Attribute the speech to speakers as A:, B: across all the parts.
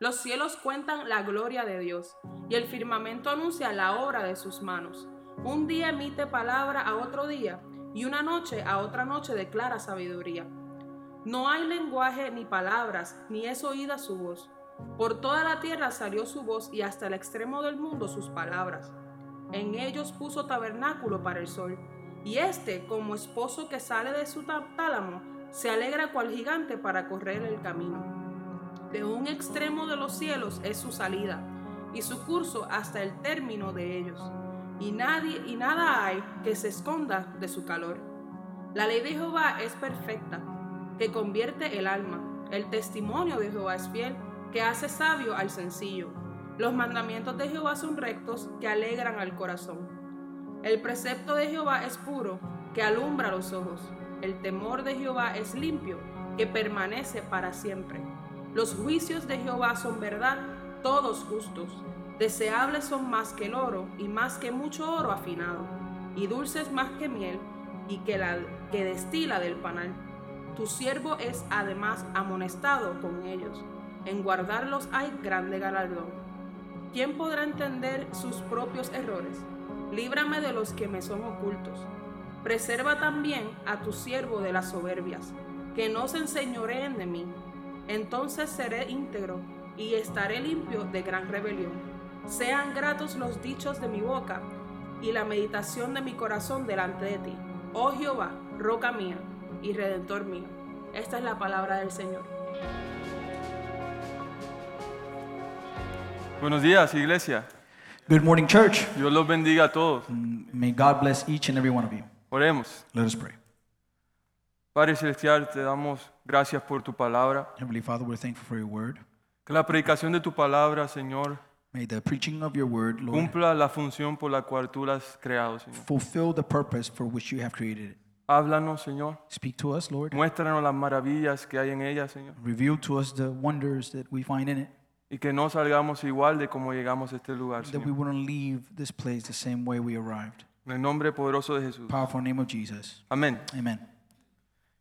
A: Los cielos cuentan la gloria de Dios y el firmamento anuncia la obra de sus manos. Un día emite palabra a otro día y una noche a otra noche declara sabiduría. No hay lenguaje ni palabras, ni es oída su voz. Por toda la tierra salió su voz y hasta el extremo del mundo sus palabras. En ellos puso tabernáculo para el sol, y éste, como esposo que sale de su tálamo, se alegra cual gigante para correr el camino. De un extremo de los cielos es su salida, y su curso hasta el término de ellos. Y nadie y nada hay que se esconda de su calor. La ley de Jehová es perfecta, que convierte el alma. El testimonio de Jehová es fiel, que hace sabio al sencillo. Los mandamientos de Jehová son rectos, que alegran al corazón. El precepto de Jehová es puro, que alumbra los ojos. El temor de Jehová es limpio, que permanece para siempre. Los juicios de Jehová son verdad, todos justos. Deseables son más que el oro y más que mucho oro afinado, y dulces más que miel y que la que destila del panal. Tu siervo es además amonestado con ellos. En guardarlos hay grande galardón. ¿Quién podrá entender sus propios errores? Líbrame de los que me son ocultos. Preserva también a tu siervo de las soberbias, que no se enseñoreen de mí entonces seré íntegro y estaré limpio de gran rebelión. Sean gratos los dichos de mi boca y la meditación de mi corazón delante de ti. Oh Jehová, roca mía y redentor mío. Esta es la palabra del Señor.
B: Buenos días, iglesia.
C: Good morning, church.
B: Dios los bendiga a todos.
C: May God bless each and every one of you.
B: Oremos.
C: Let us pray.
B: Padre Celestial, te damos gracias por tu palabra.
C: Heavenly Father, we're thankful for your word.
B: Que la predicación de tu palabra, Señor,
C: May the preaching of your word, Lord,
B: cumpla la función por la cual tú la has creado, Señor.
C: fulfill the purpose for which you have created it.
B: Háblanos, Señor.
C: Speak to us, Lord.
B: Muéstranos las maravillas que hay en ella, Señor.
C: Reveal to us the wonders that we find in it,
B: Y que no salgamos igual de como llegamos a este lugar,
C: that we
B: Señor.
C: wouldn't leave this place the same way we arrived.
B: En el nombre poderoso de Jesús.
C: Powerful name of Jesus.
B: Amén.
C: Amen.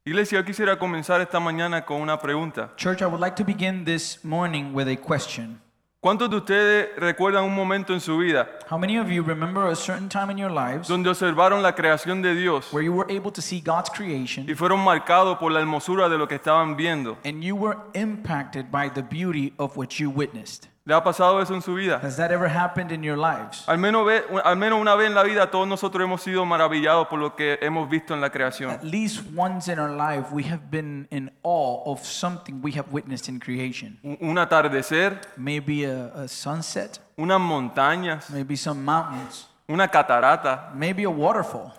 B: Iglesia, yo quisiera comenzar esta mañana con una pregunta.
C: Church, I would like to begin this morning with a question.
B: ¿Cuántos de ustedes recuerdan un momento en su vida
C: How many of you remember a certain time in your lives
B: donde observaron la creación de Dios
C: where you were able to see God's
B: y
C: creation
B: fueron marcados por la hermosura de lo que estaban viendo?
C: and you were impacted by the beauty of what you witnessed?
B: ¿Le ha pasado eso en su vida?
C: Has that ever happened in your lives?
B: Al menos, ve- al menos una vez en la vida todos nosotros hemos sido maravillados por lo que hemos visto en la creación.
C: At least once in our life, we have been in awe of something we have witnessed in creation.
B: Un un atardecer,
C: Maybe a, a sunset,
B: unas montañas,
C: maybe some mountains,
B: una catarata,
C: maybe a waterfall,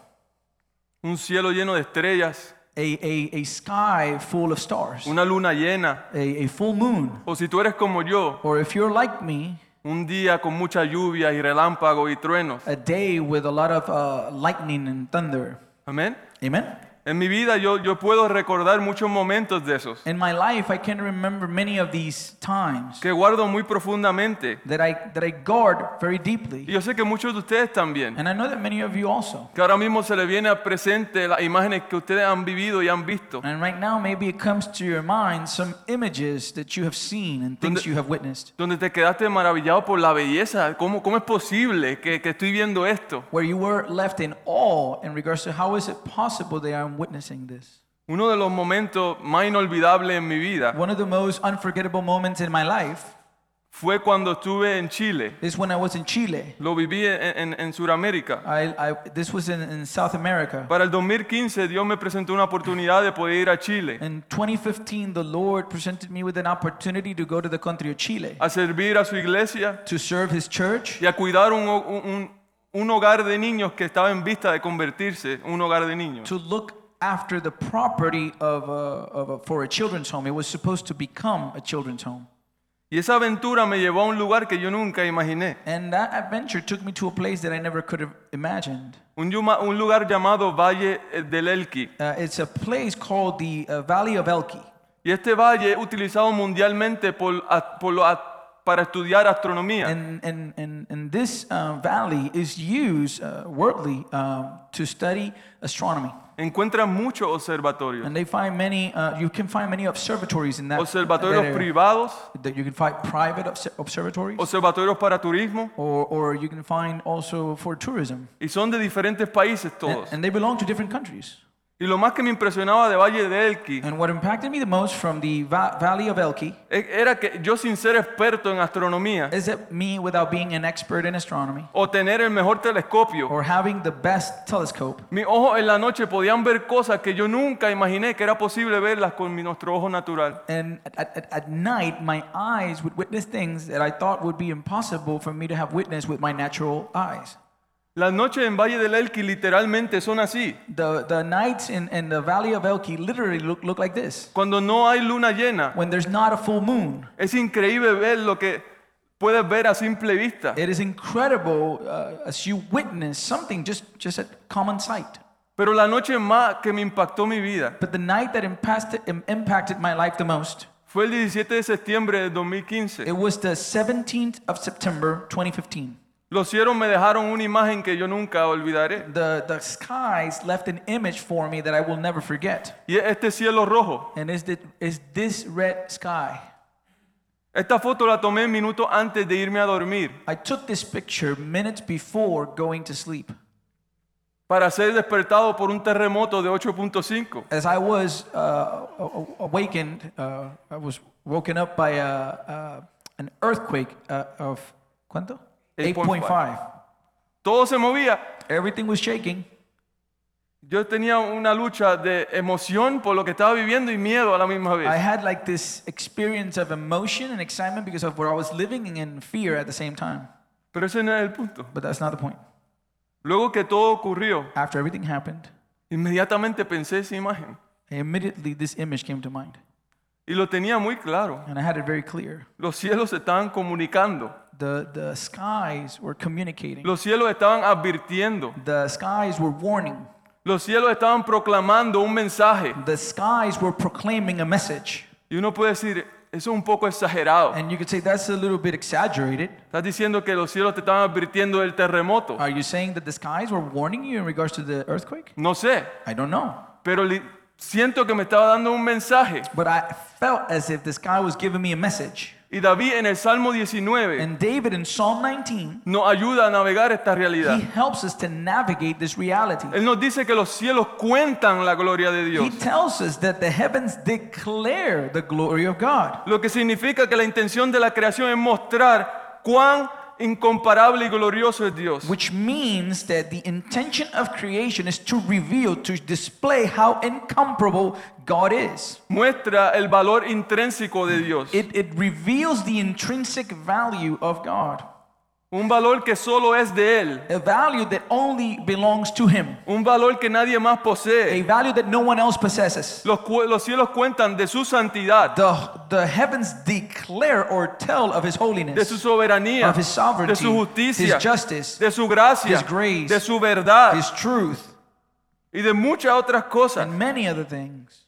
B: un cielo lleno de estrellas,
C: a, a, a sky full of stars,
B: una luna llena.
C: a, a full moon.
B: O si tú eres como yo,
C: Or if you're like me,
B: un día con mucha lluvia y relámpagos y truenos.
C: a day with a lot of uh, lightning and thunder.
B: Amén.
C: Amen?
B: En mi vida yo, yo puedo recordar muchos momentos de esos
C: In my life, I can remember many of these times
B: que guardo muy profundamente.
C: that I, that I guard very
B: Y
C: deeply.
B: yo sé que muchos de ustedes también.
C: And I know that many of you also.
B: Que ahora mismo se les viene a presente las imágenes que ustedes han vivido y han visto.
C: And right now, maybe it comes to your mind some images that you have seen and things you have witnessed,
B: Donde te quedaste maravillado por la belleza. ¿Cómo, cómo es posible que, que estoy viendo esto?
C: where you were left in awe in regards to how is it possible that I'm witnessing this?
B: Uno de los momentos más inolvidables en mi vida
C: One of the most unforgettable moments in my life
B: fue cuando estuve en Chile.
C: is when I was in Chile.
B: Lo viví en, en, en Sudamérica.
C: I, I, this was in, in South America.
B: Para el 2015 Dios me presentó una oportunidad de poder ir a Chile
C: In 2015, the Lord presented me with an opportunity to go to the country of Chile
B: a servir a su iglesia
C: to serve His church
B: y a cuidar un, ho- un- un- un hogar de niños que estaba en vista de convertirse en un hogar de niños.
C: to look after the property of a, of a, for a children's home. It was supposed to become a children's home.
B: Y esa aventura me llevó a un lugar que yo nunca imaginé.
C: And that adventure took me to a place that I never could have imagined.
B: Un, yuma- un lugar llamado Valle eh, del Elqui.
C: Uh, it's a place called the uh, Valley of Elki.
B: Y este valle es utilizado mundialmente por, a- por los a- para estudiar astronomía.
C: And, and, and, and this uh, valley is used uh, worldly um, to study astronomy.
B: Encuentran muchos observatorios,
C: And they find many, uh, you can find many observatories in that, that
B: observatorios
C: area.
B: privados,
C: that you can find private obs- observatories
B: observatorios para turismo,
C: or, or you can find also for tourism.
B: y son de diferentes países
C: And,
B: todos.
C: and they belong to different countries.
B: Y lo más que me impresionaba de Valle de Elqui
C: And what impacted me the most from the va- Valley of Elqui
B: e- era que yo sin ser experto en astronomía
C: is that me, without being an expert in astronomy
B: o tener el mejor telescopio,
C: or having the best telescope,
B: mis ojos en la noche podían ver cosas que yo nunca imaginé que era posible verlas con mi- nuestro ojo natural.
C: and at, at- at, at night my eyes would witness things that I thought would be impossible for me to have witnessed with my natural eyes.
B: Las noches en Valle del Elqui literalmente son así.
C: The, the nights in, in the Valley of Elqui literally look, look like this.
B: Cuando no hay luna llena,
C: When there's not a full moon,
B: es increíble ver lo que puedes ver a simple vista.
C: it is incredible uh, as you witness something just, just at common sight.
B: Pero la noche más que me impactó mi vida
C: But the night that impacted, im- impacted my life the most,
B: fue el 17 de septiembre de 2015.
C: it was the 17th of September 2015.
B: Los cielos me dejaron una imagen que yo nunca olvidaré.
C: The, the skies left an image for me that I will never forget.
B: Y es este cielo rojo.
C: And is, the, is this red sky.
B: Esta foto la tomé minutos antes de irme a dormir
C: I took this picture minutes before going to sleep
B: para ser despertado por un terremoto de 8.5.
C: as I was uh, a- a- awakened, uh, I was woken up by a, uh, an earthquake uh, of ¿cuánto?
B: 8.5.
C: 8.5.
B: Todo se movía.
C: Everything was shaking.
B: Yo tenía una lucha de emoción por lo que estaba viviendo y miedo a la misma
C: I
B: vez.
C: had like this experience of emotion and excitement because of where I was living and in fear at the same time.
B: Pero ese no es el punto.
C: But that's not the point.
B: Luego que todo ocurrió,
C: After everything happened,
B: inmediatamente pensé esa imagen.
C: immediately this image came to mind.
B: Y lo tenía muy claro.
C: And I had it very clear.
B: Los cielos se estaban comunicando.
C: The, the skies were communicating,
B: Los cielos estaban advirtiendo.
C: the skies were warning,
B: Los cielos estaban proclamando un mensaje.
C: the skies were proclaiming a message.
B: Y uno puede decir, eso es un poco exagerado.
C: And you could say that's a little bit exaggerated.
B: Estás diciendo que los cielos te estaban advirtiendo del terremoto.
C: Are you saying that the skies were warning you in regards to the earthquake?
B: No sé,
C: I don't know.
B: pero li- siento que me estaba dando un mensaje.
C: But I felt as if the sky was giving me a message.
B: Y David en el Salmo 19
C: And David in Psalm 19,
B: nos ayuda a navegar esta realidad.
C: he helps us to navigate this reality.
B: Él nos dice que los cielos cuentan la gloria de
C: He
B: Dios.
C: tells us that the heavens declare the glory of God,
B: Lo que significa que la intención de la creación es mostrar cuán incomparable y glorioso es Dios.
C: which means that the intention of creation is to reveal, to display how incomparable God is.
B: Muestra el valor intrínseco de Dios.
C: It, it reveals the intrinsic value of God.
B: Un valor que solo es de Él.
C: a value that only belongs to him
B: Un valor que nadie más
C: a
B: posee.
C: value that no one else possesses
B: Los, cu- los cielos cuentan de su santidad,
C: the, the heavens declare or tell of his
B: de su
C: holiness
B: soberanía,
C: Of his sovereignty,
B: de su justicia,
C: his justice,
B: de su gracia,
C: his grace,
B: de su verdad
C: his truth
B: y de muchas otras cosas.
C: and many other things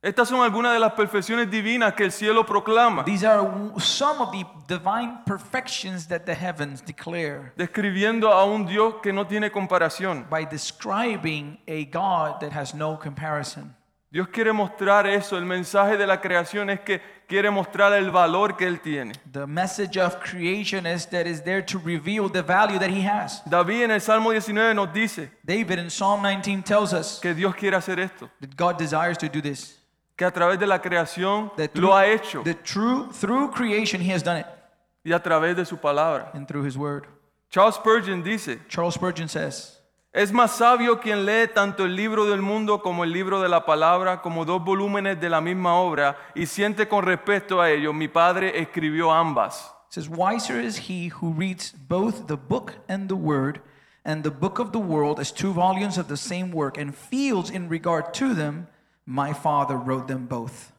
B: Estas son algunas de las perfecciones divinas que el cielo proclama,
C: these are w- some of the divine perfections that the heavens declare
B: describiendo a un Dios que no tiene comparación.
C: by describing a god that has no comparison
B: Dios quiere mostrar eso. El mensaje de la creación es que quiere mostrar el valor que Él tiene.
C: the message of creation is that is there to reveal the value that he has
B: David en el Salmo 19 nos dice
C: david in psalm 19 tells us
B: que Dios quiere hacer esto,
C: that god desires to do this
B: que a través de la creación
C: that
B: lo ha hecho
C: that through, through creation he has done it
B: y a través de su palabra.
C: and through his word.
B: Charles Spurgeon dice,
C: Charles Spurgeon says,
B: es más sabio quien lee tanto el libro del mundo como el libro de la palabra, como dos volúmenes de la misma obra, y siente con respecto a ello, mi padre escribió ambas.
C: says, Wiser is he who reads both the book and the word, and the book of the world as two volumes of the same work, and feels in regard to them, my father wrote them both.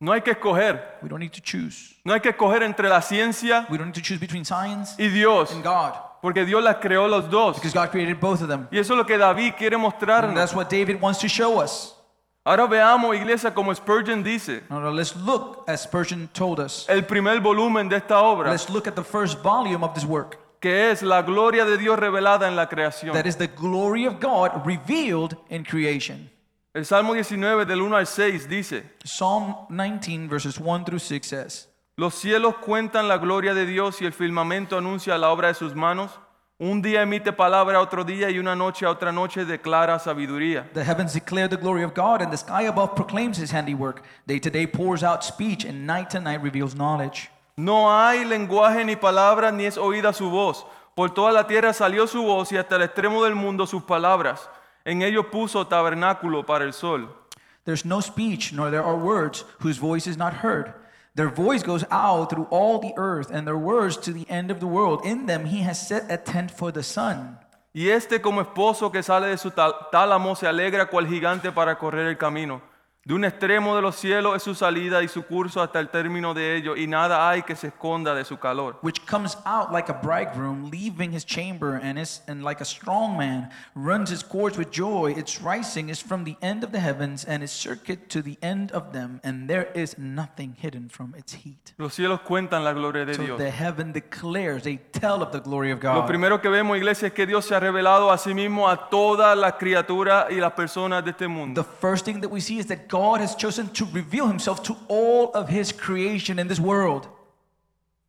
B: No hay que escoger,
C: We don't need to choose.
B: no hay que escoger entre la ciencia
C: We don't need to choose between science
B: y Dios,
C: and God,
B: porque Dios las creó los dos.
C: because God created both of them.
B: Y eso es lo que David quiere
C: And
B: mostrarnos.
C: that's what David wants to show us.
B: Ahora veamos, iglesia, como Spurgeon dice,
C: Now let's look, as Spurgeon told us,
B: el primer volumen de esta obra,
C: let's look at the first volume of this work.
B: que es la gloria de Dios revelada en la creación.
C: That is the glory of God revealed in creation.
B: El Salmo 19 del 1 al 6 dice,
C: Psalm 19, verses 1 through 6 says,
B: Los cielos cuentan la gloria de Dios y el firmamento anuncia la obra de sus manos. Un día emite palabra a otro día y una noche a otra noche declara sabiduría.
C: The heavens declare the glory of God, and the sky above proclaims his handiwork. Day to day pours out speech, and night to night reveals knowledge.
B: No hay lenguaje ni palabra ni es oída su voz. Por toda la tierra salió su voz y hasta el extremo del mundo sus palabras. En ellos puso tabernáculo para el sol.
C: There's no speech, nor there are words, whose voice is not heard. Their voice goes out through all the earth, and their words to the end of the world. In them he has set a tent for the sun.
B: Y este como esposo que sale de su tal- tálamo se alegra cual gigante para correr el camino. De un extremo de los cielos es su salida y su curso hasta el término de ello, y nada hay que se esconda de su calor.
C: which comes out like a bridegroom leaving his chamber and is and like a strong man runs his course with joy its rising is from the end of the heavens and its circuit to the end of them and there is nothing hidden from its heat
B: Los cielos cuentan la gloria de
C: so
B: Dios.
C: the heaven declares they tell of the glory of
B: Lo
C: god
B: primero que vemos, iglesia, es que Dios se ha revelado a sí mismo a todas las criaturas y las personas de este mundo.
C: the first thing that we see is that god has chosen to reveal himself to all of his creation in this world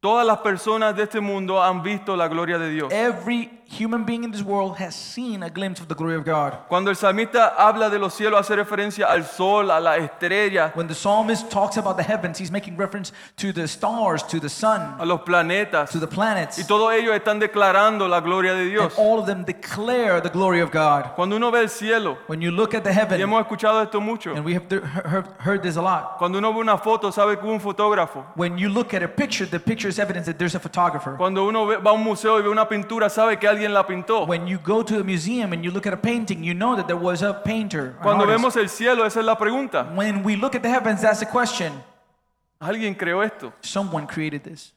B: Todas las personas de este mundo han visto la gloria de Dios.
C: every human being in this world has seen a glimpse of the glory of god
B: Cuando el salmista habla de los cielos, hace referencia al sol, a las estrellas,
C: When the psalmist talks about the heavens, he's making reference to the stars, to the sun,
B: a los planetas.
C: to the planets.
B: Y todos ellos están declarando la gloria de
C: And
B: Dios.
C: all of them declare the glory of God.
B: Cuando uno ve el cielo,
C: When you look at the
B: y
C: heaven,
B: hemos escuchado esto mucho,
C: and we have th- he- he- heard this a lot.
B: cuando uno ve una foto, sabe que hubo un fotógrafo.
C: When you look at a picture, the picture is evidence that there's a photographer.
B: Cuando uno ve- va a un museo y ve una pintura, sabe que alguien la pintó.
C: When you go to a museum and you look at a painting, you know that there was a painter. an
B: Cuando
C: artist.
B: vemos el cielo, esa es la pregunta.
C: When we look at the heavens, that's the question.
B: Alguien creó esto.
C: Someone created this.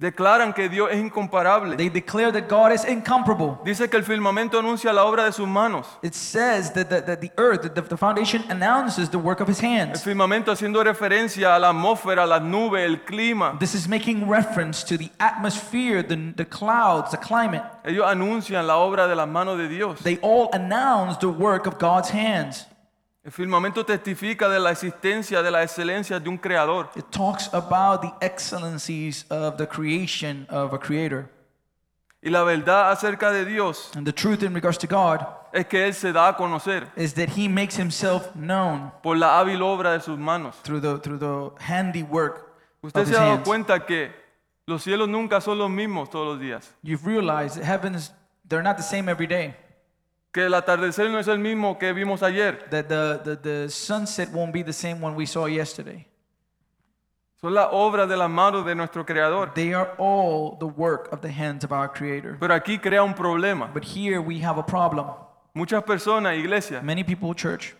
B: Declaran que Dios es incomparable.
C: They declare that God is incomparable.
B: Dice que el firmamento anuncia la obra de sus manos.
C: It says that the, that the earth, that the, the foundation announces the work of his hands.
B: El firmamento haciendo referencia a la atmósfera, las nubes, el clima.
C: This is making reference to the atmosphere, the, the clouds, the climate.
B: Ellos anuncian la obra de las manos de Dios.
C: They all announce the work of God's hands.
B: El firmamento testifica de la existencia, de la excelencia de un creador.
C: It talks about the excellencies of the creation of a creator.
B: Y la verdad acerca de Dios
C: And the truth in regards to God
B: es que Él se da a conocer
C: is that he makes himself known
B: por la hábil obra de sus manos.
C: through the, through the handiwork
B: Usted
C: of
B: se
C: his
B: ha dado
C: hands.
B: cuenta que los cielos nunca son los mismos todos los días.
C: You've realized that heavens, they're not the same every day.
B: Que el atardecer no es el mismo que vimos ayer.
C: That the, the, the sunset won't be the same one we saw yesterday.
B: Son las obras de las manos de nuestro creador.
C: They are all the work of the hands of our creator.
B: Pero aquí crea un problema.
C: But here we have a problem.
B: Muchas personas, iglesia,
C: Many people, church,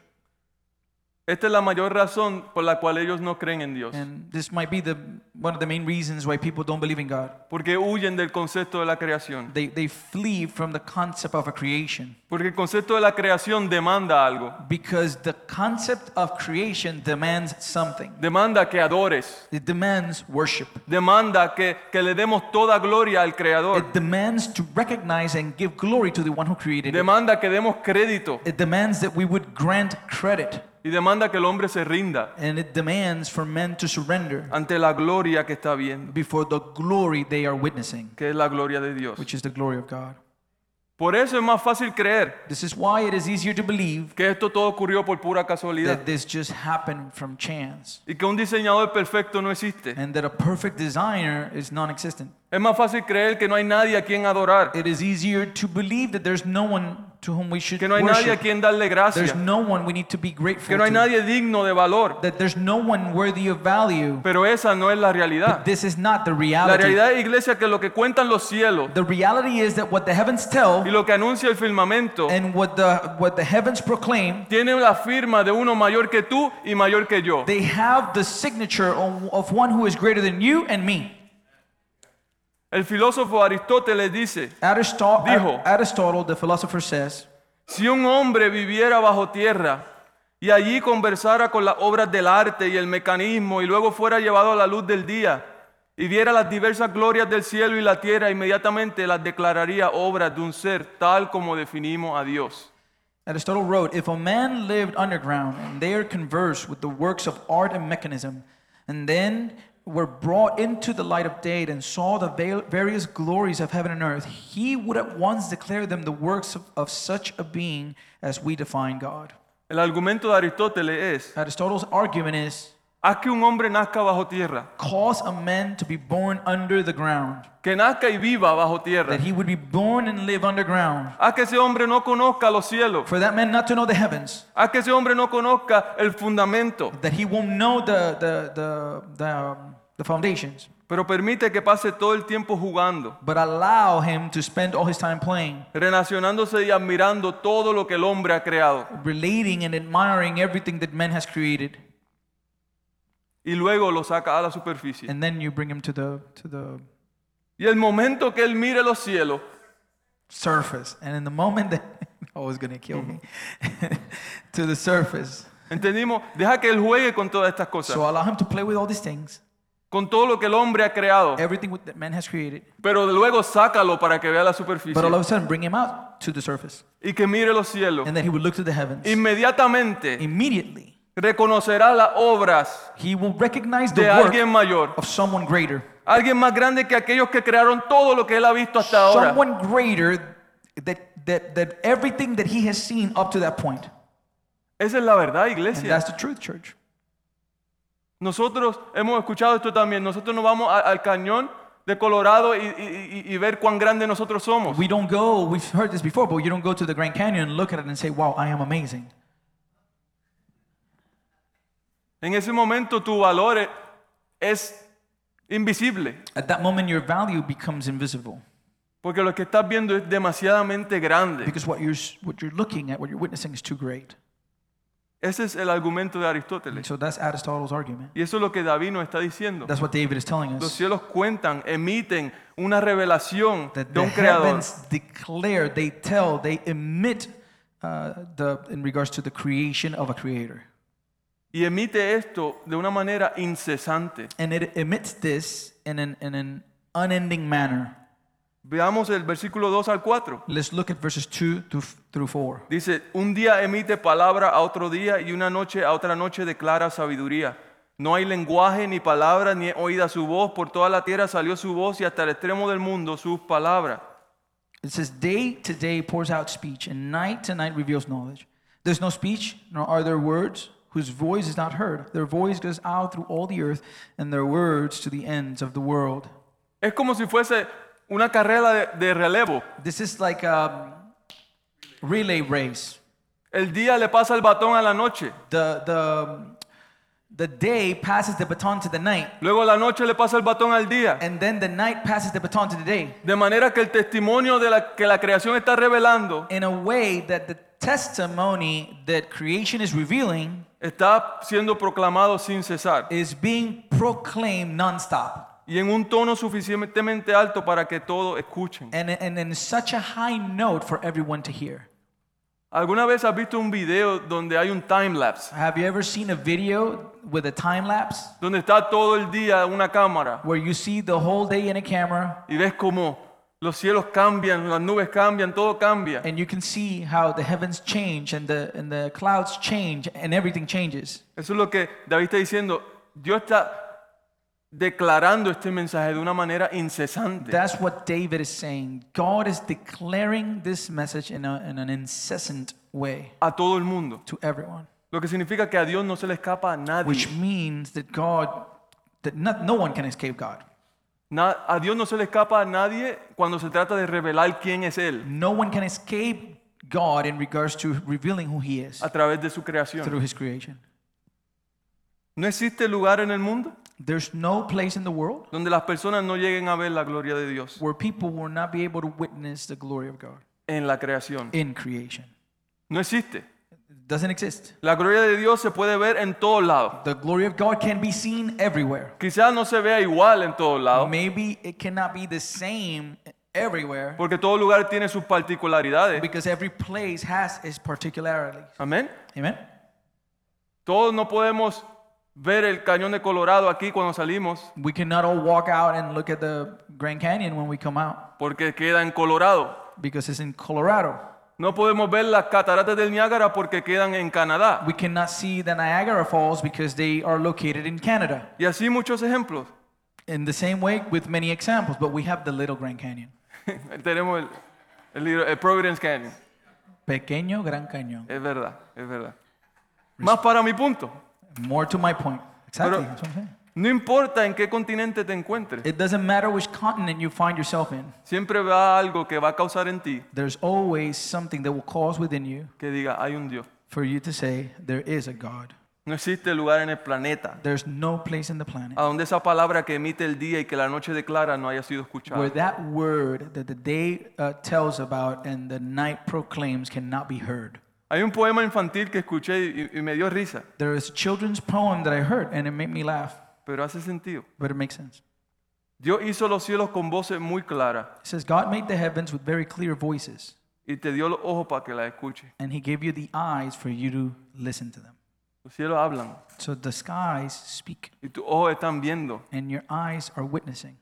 B: esta es la mayor razón por la cual ellos no creen en Dios.
C: and this might be the one of the main reasons why people don't believe in God.
B: Porque huyen del concepto de la creación.
C: They they flee from the concept of a creation
B: Porque el concepto de la creación demanda algo.
C: because the concept of creation demands something.
B: Demanda que adores.
C: It demands worship.
B: Demanda que, que le demos toda gloria al creador.
C: It demands to recognize and give glory to the one who created it.
B: Demanda que demos crédito
C: It demands that we would grant credit,
B: y demanda que el hombre se rinda
C: and it demands for men to surrender
B: ante la gloria que está viendo,
C: before the glory they are witnessing,
B: que es la gloria de Dios.
C: which is the glory of God.
B: Por eso es más fácil creer
C: This is why it is easier to believe
B: que esto todo ocurrió por pura casualidad
C: that this just happened from chance
B: y que un diseñador perfecto no existe.
C: and that a perfect designer is non-existent
B: Es más fácil creer que no hay nadie a quien adorar,
C: it is easier to believe that there's no one to whom we should
B: que no hay nadie a
C: worship
B: quien darle
C: there's
B: gracia,
C: no one we need to be grateful
B: que no hay
C: to
B: nadie digno de valor.
C: that there's no one worthy of value
B: Pero esa no es la realidad.
C: this is not the
B: La
C: reality
B: realidad, iglesia, que lo que cuentan los cielos
C: the reality is that what the heavens
B: y
C: tell
B: lo que anuncia el firmamento
C: and what the what the heavens proclaim
B: tiene la firma de uno mayor que tú y mayor que yo.
C: they have the signature of of one who is greater than you and me
B: El filósofo Aristóteles dice,
C: Aristo-
B: Dijo.
C: Aristotle the philosopher says
B: si un hombre viviera bajo tierra y allí conversara con las obras del arte y el mecanismo y luego fuera llevado a la luz del día y viera las diversas glorias del cielo y la tierra, inmediatamente las declararía obras de un ser tal como definimos a Dios.
C: Aristotle wrote If a man lived underground and there conversed with the works of art and mechanism, and then were brought into the light of day and saw the va- various glories of heaven and earth, he would at once declare them the works of, of such a being as we define God.
B: El argumento de Aristóteles es,
C: Aristotle's argument is
B: haz que un hombre nazca bajo tierra,
C: cause a man to be born under the ground,
B: que nazca y viva bajo tierra,
C: that he would be born and live underground,
B: haz que ese hombre no conozca los cielos,
C: for that man not to know the heavens,
B: haz que ese hombre no conozca el fundamento,
C: that he won't know the, the, the, the, um, the foundations,
B: pero permite que pase todo el tiempo jugando,
C: but allow him to spend all his time playing,
B: relacionándose y admirando todo lo que el hombre ha creado.
C: relating and admiring everything that man has created.
B: Y luego lo saca a la superficie.
C: and then you bring him to the to the
B: Y el momento que él mire los cielos,
C: surface and in the moment that oh it's gonna kill me to the surface
B: entendimos, deja que él juegue con todas estas cosas,
C: so allow him to play with all these things
B: con todo lo que el hombre ha creado,
C: everything with- that man has created
B: pero luego sácalo para que vea la superficie
C: but all of a sudden bring him out to the surface
B: y que mire los cielos.
C: and then he would look to the heavens
B: Inmediatamente
C: immediately
B: reconocerá las obras
C: he will recognize the
B: de alguien
C: work
B: mayor,
C: of someone greater
B: alguien más grande que aquellos que crearon todo lo que él ha visto hasta ahora.
C: someone greater that that that everything that he has seen up to that point
B: Esa es la verdad,
C: and
B: iglesia.
C: that's the truth church
B: Nosotros hemos escuchado esto también. Nosotros nos vamos a- al cañón de Colorado y, y- y- y ver cuán grande nosotros somos.
C: we don't go we've heard this before but you don't go to the grand canyon and look at it and say wow i am amazing
B: En ese momento tu valor e- es invisible,
C: At that moment, your value becomes invisible
B: porque lo que estás viendo es demasiadamente grande.
C: because what you're, what you're looking at, what you're witnessing is too great.
B: Ese es el argumento de
C: And
B: Aristóteles.
C: so that's Aristotle's argument.
B: Y eso es lo que David nos está diciendo.
C: That's what David is telling
B: Los
C: us.
B: cielos cuentan, emiten una revelación
C: That
B: de
C: the
B: un creador.
C: heavens declare, they tell, they emit uh, the, in regards to the creation of a creator.
B: Y emite esto de una manera incesante.
C: And it emits this in an, in an unending manner.
B: Veamos el versículo 2 al 4.
C: Let's look at verses 2 to- through 4.
B: Dice, un día emite palabra a otro día y una noche a otra noche declara sabiduría. No hay lenguaje ni palabra ni es oída su voz. Por toda la tierra salió su voz y hasta el extremo del mundo sus palabras.
C: It says, Day to day pours out speech, and night to night reveals knowledge. There's no speech, nor are there words, whose voice is not heard. Their voice goes out through all the earth, and their words to the ends of the world.
B: Es como si fuese una carrera de, de relevo.
C: This is like a relay race.
B: El día le pasa el batón a la noche.
C: The, the, the day passes the baton to the night,
B: Luego la noche le pasa el batón al día.
C: and then the night passes the baton to the day.
B: De manera que el testimonio de la, que la creación está revelando
C: In a way that the testimony that creation is revealing
B: está siendo proclamado sin cesar
C: is being proclaimed nonstop.
B: y en un tono suficientemente alto para que todos escuchen.
C: and, and in such a high note for everyone to hear.
B: ¿Alguna vez has visto un video donde hay un time lapse?
C: Have you ever seen a video with a time lapse
B: Donde está todo el día una cámara
C: where you see the whole day in a camera
B: y ves cómo los cielos cambian, las nubes cambian, todo cambia.
C: and you can see how the heavens change and the, and the clouds change and everything changes?
B: Eso es lo que David está diciendo. Dios está declarando este mensaje de una manera incesante.
C: That's what David is saying. God is declaring this message in, a, in an incessant way
B: a todo el mundo,
C: to everyone,
B: lo que significa que a Dios no se le escapa a nadie.
C: which means that God, that not, no one can escape God.
B: Na- a Dios no se le escapa a nadie cuando se trata de revelar quién es Él
C: No one can escape God in regards to revealing who he is
B: a través de su creación.
C: through his creation.
B: No existe lugar en el mundo
C: There's no place in the world
B: donde las personas no lleguen a ver la gloria de Dios
C: where people will not be able to witness the glory of God
B: en la creación.
C: in creation.
B: No existe.
C: It doesn't exist.
B: La gloria de Dios se puede ver en todos lados.
C: The glory of God can be seen everywhere.
B: Quizás no se vea igual en todos lados,
C: Maybe it cannot be the same everywhere
B: porque todo lugar tiene sus particularidades.
C: because every place has its particularity.
B: Amén.
C: Amen.
B: Todos no podemos ver el cañón de Colorado aquí cuando salimos
C: We cannot all walk out and look at the Grand Canyon when we come out
B: porque queda en Colorado.
C: because it's in Colorado.
B: No podemos ver las cataratas del Niágara porque quedan en Canadá.
C: We cannot see the Niagara Falls because they are located in Canada.
B: Y así muchos ejemplos.
C: In the same way, with many examples, but we have the little Grand Canyon.
B: Tenemos el, el libro- el Providence Canyon.
C: Pequeño Gran Cañón.
B: Es verdad, es verdad. Más para mi punto.
C: More to my point. Exactly.
B: Pero-
C: that's what I'm saying.
B: No importa en qué continente te encuentres,
C: It doesn't matter which continent you find yourself in,
B: siempre va algo que va a causar en ti
C: there's always something that will cause within you
B: que diga, hay un Dios.
C: for you to say, There is a God.
B: No existe lugar en el planeta
C: There's no place in the planet
B: a donde esa palabra que emite el día y que la noche declara no haya sido
C: where
B: escuchada.
C: that word that the day uh, tells about and the night proclaims cannot be heard.
B: Hay un poema infantil que escuché y, y me dio risa,
C: There is a children's poem that I heard and it made me laugh,
B: pero hace sentido.
C: but it makes sense.
B: Dios hizo los cielos con voces muy claras
C: It says, God made the heavens with very clear voices,
B: y te dio los ojos para que las escuches.
C: and He gave you the eyes for you to listen to them.
B: Los cielos hablan
C: So the skies speak,
B: y tus ojos están viendo,
C: and your eyes are witnessing.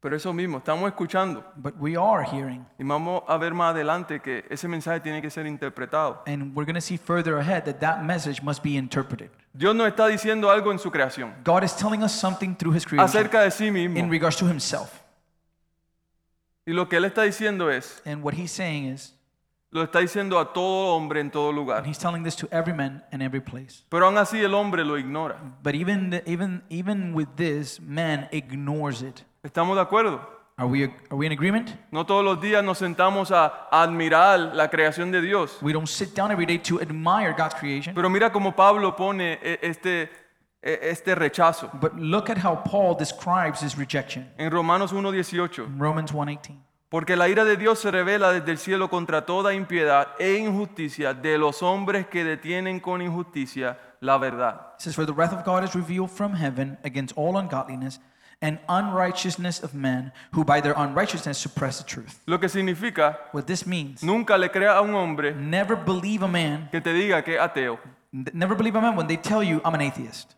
B: pero eso mismo, estamos escuchando.
C: But we are hearing,
B: Y vamos a ver más adelante que ese mensaje tiene que ser interpretado.
C: and we're going to see further ahead that that message must be interpreted.
B: Dios nos está diciendo algo en su creación
C: God is telling us something through His creation
B: acerca de sí
C: in
B: mismo.
C: regards to Himself.
B: Y lo que Él está diciendo es,
C: And what He's saying is,
B: lo está diciendo a todo hombre en todo
C: and
B: lugar.
C: He's telling this to every man and every place.
B: Pero aún así el hombre lo ignora.
C: But even, the, even, even with this, man ignores it.
B: ¿Estamos de acuerdo?
C: Are we, are we in agreement?
B: No todos los días nos sentamos a admirar la creación de Dios.
C: We don't sit down every day to admire God's creation.
B: Pero mira cómo Pablo pone eh, este, eh, este rechazo.
C: But look at how Paul describes his rejection.
B: En Romanos 1.18,
C: In Romans 1:18.
B: porque la ira de Dios se revela desde el cielo contra toda impiedad e injusticia de los hombres que detienen con injusticia la verdad.
C: It says, For the wrath of God is revealed from heaven against all ungodliness and unrighteousness of men, who by their unrighteousness suppress the truth.
B: Lo que significa
C: What this means,
B: Nunca le crea a un hombre
C: never believe a man,
B: que te diga que es ateo,
C: n- never believe a man when they tell you, I'm an atheist.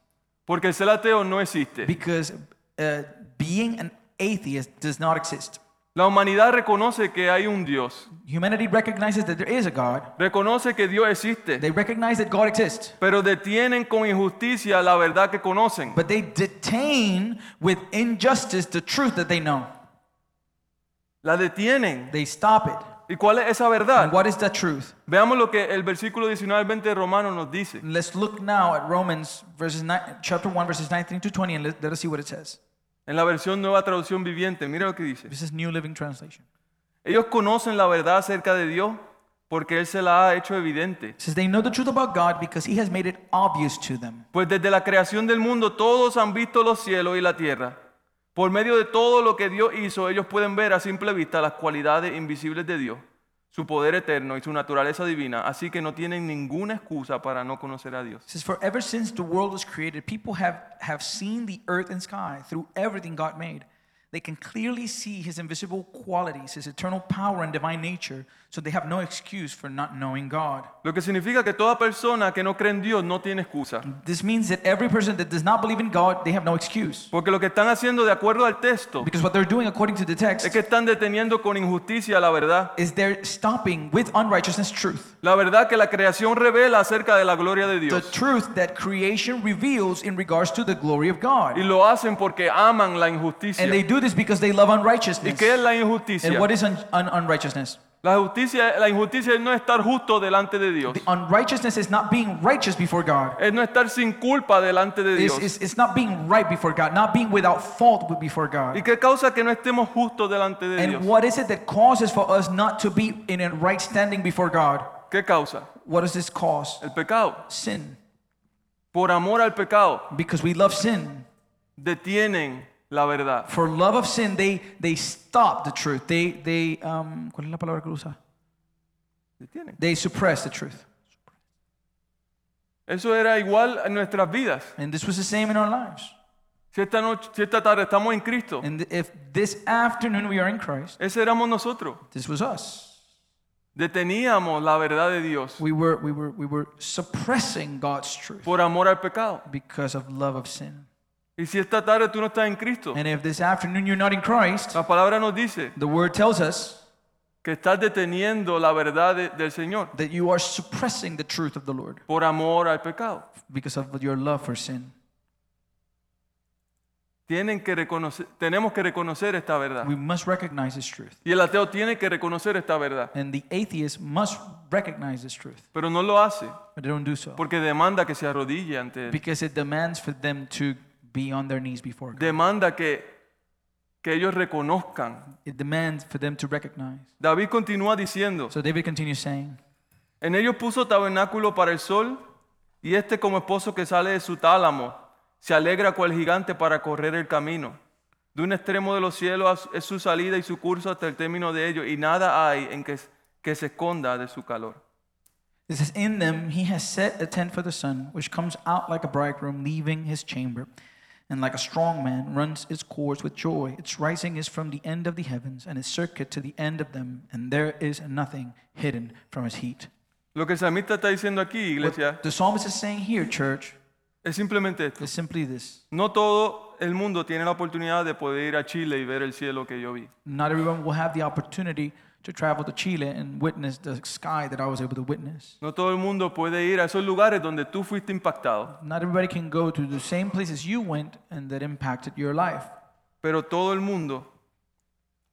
B: porque el ser ateo no existe.
C: Because uh, being an atheist does not exist.
B: La humanidad reconoce que hay un Dios,
C: Humanity recognizes that there is a God,
B: reconoce que Dios existe,
C: they recognize that God exists.
B: pero detienen con injusticia la verdad que conocen.
C: But they detain with injustice the truth that they know.
B: La detienen.
C: They stop it.
B: ¿Y cuál es esa
C: And
B: verdad?
C: what is that truth?
B: Veamos lo que el versículo 19 al 20 de Romanos nos dice.
C: Let's look now at Romans verses nine, chapter 1 verses 19 to 20 and let, let us see what it says.
B: En la versión Nueva Traducción Viviente, mira lo que dice.
C: This is New Living Translation.
B: Ellos conocen la verdad acerca de Dios porque Él se la ha hecho evidente.
C: It says they know the truth about God because he has made it obvious to them.
B: Pues desde la creación del mundo todos han visto los cielos y la tierra. Por medio de todo lo que Dios hizo, ellos pueden ver a simple vista las cualidades invisibles de Dios, su poder eterno y su naturaleza divina, así que no tienen ninguna excusa para no conocer a Dios.
C: It says for ever since the world was created people have have seen the earth and sky through everything God made. They can clearly see his invisible qualities, his eternal power and divine nature, so they have no excuse for not knowing God.
B: Lo que significa que toda persona que no cree en Dios no tiene excusa,
C: This means that every person that does not believe in God, they have no excuse.
B: porque lo que están haciendo de acuerdo al texto
C: Because what they're doing according to the text
B: es que están deteniendo con injusticia la verdad,
C: is they're stopping with unrighteousness truth.
B: la verdad que la creación revela acerca de la gloria de
C: The
B: Dios,
C: truth that creation reveals in regards to the glory of
B: y
C: God.
B: lo hacen porque aman la injusticia.
C: And they do this because they love
B: ¿Y qué es
C: unrighteousness.
B: la injusticia?
C: And what is un- un- unrighteousness?
B: La justicia, la injusticia es no estar justo delante de Dios.
C: The unrighteousness is not being righteous before God.
B: Es no estar sin culpa delante de
C: It's,
B: Dios.
C: it's, it's not being right before God, not being without fault with- before
B: ¿Y
C: God.
B: qué causa que no estemos justos delante de Dios?
C: And what is it that causes for us not to be in a right standing before God?
B: ¿Qué causa?
C: What does this cause?
B: El pecado.
C: Sin.
B: Por amor al pecado,
C: Because we love sin.
B: detienen la verdad.
C: For love of sin, they, they stop the truth. They, they, um, ¿cuál es la palabra que usa?
B: Detienen.
C: They suppress the truth.
B: Eso era igual en nuestras vidas.
C: And this was the same in our lives.
B: Si esta, noche, si esta tarde estamos en Cristo,
C: And if this afternoon we are in Christ,
B: ese éramos nosotros.
C: this was us.
B: Deteníamos la verdad de Dios
C: We were, we were, we were suppressing God's truth
B: por amor al pecado.
C: because of love of sin.
B: Y si esta tarde tú no estás en Cristo,
C: And if this afternoon you're not in Christ,
B: la palabra nos dice
C: the word tells us
B: que estás deteniendo la verdad de- del Señor
C: that you are suppressing the truth of the Lord
B: por amor al pecado.
C: because of your love for sin.
B: Tienen que reconocer, tenemos que reconocer esta verdad.
C: We must recognize this truth.
B: Y el ateo tiene que reconocer esta verdad,
C: And the atheist must recognize this truth,
B: pero no lo hace
C: but they don't do so
B: porque demanda que se arrodille ante él.
C: because it demands for them to be on their knees before God.
B: Demanda que que ellos reconozcan.
C: It demands for them to recognize.
B: David continúa diciendo,
C: So David continues saying,
B: En ellos puso tabernáculo para el sol, y este como esposo que sale de su tálamo, se alegra cual gigante para correr el camino. De un extremo de los cielos es su salida y su curso hasta el término de ellos, y nada hay en que, que se esconda de su calor.
C: It says, In them he has set a tent for the sun, which comes out like a bridegroom leaving his chamber, and like a strong man runs its course with joy. Its rising is from the end of the heavens, and its circuit to the end of them, and there is nothing hidden from his heat.
B: Lo que el salmista está diciendo aquí, iglesia,
C: What the psalmist is saying here, church,
B: es simplemente esto.
C: is simply this.
B: No todo el mundo tiene la oportunidad de poder ir a Chile y ver el cielo que yo vi.
C: Not everyone will have the opportunity to travel to Chile and witness the sky that I was able to witness.
B: No todo el mundo puede ir a esos lugares donde tú fuiste impactado,
C: Not everybody can go to the same places you went and that impacted your life.
B: pero todo el mundo,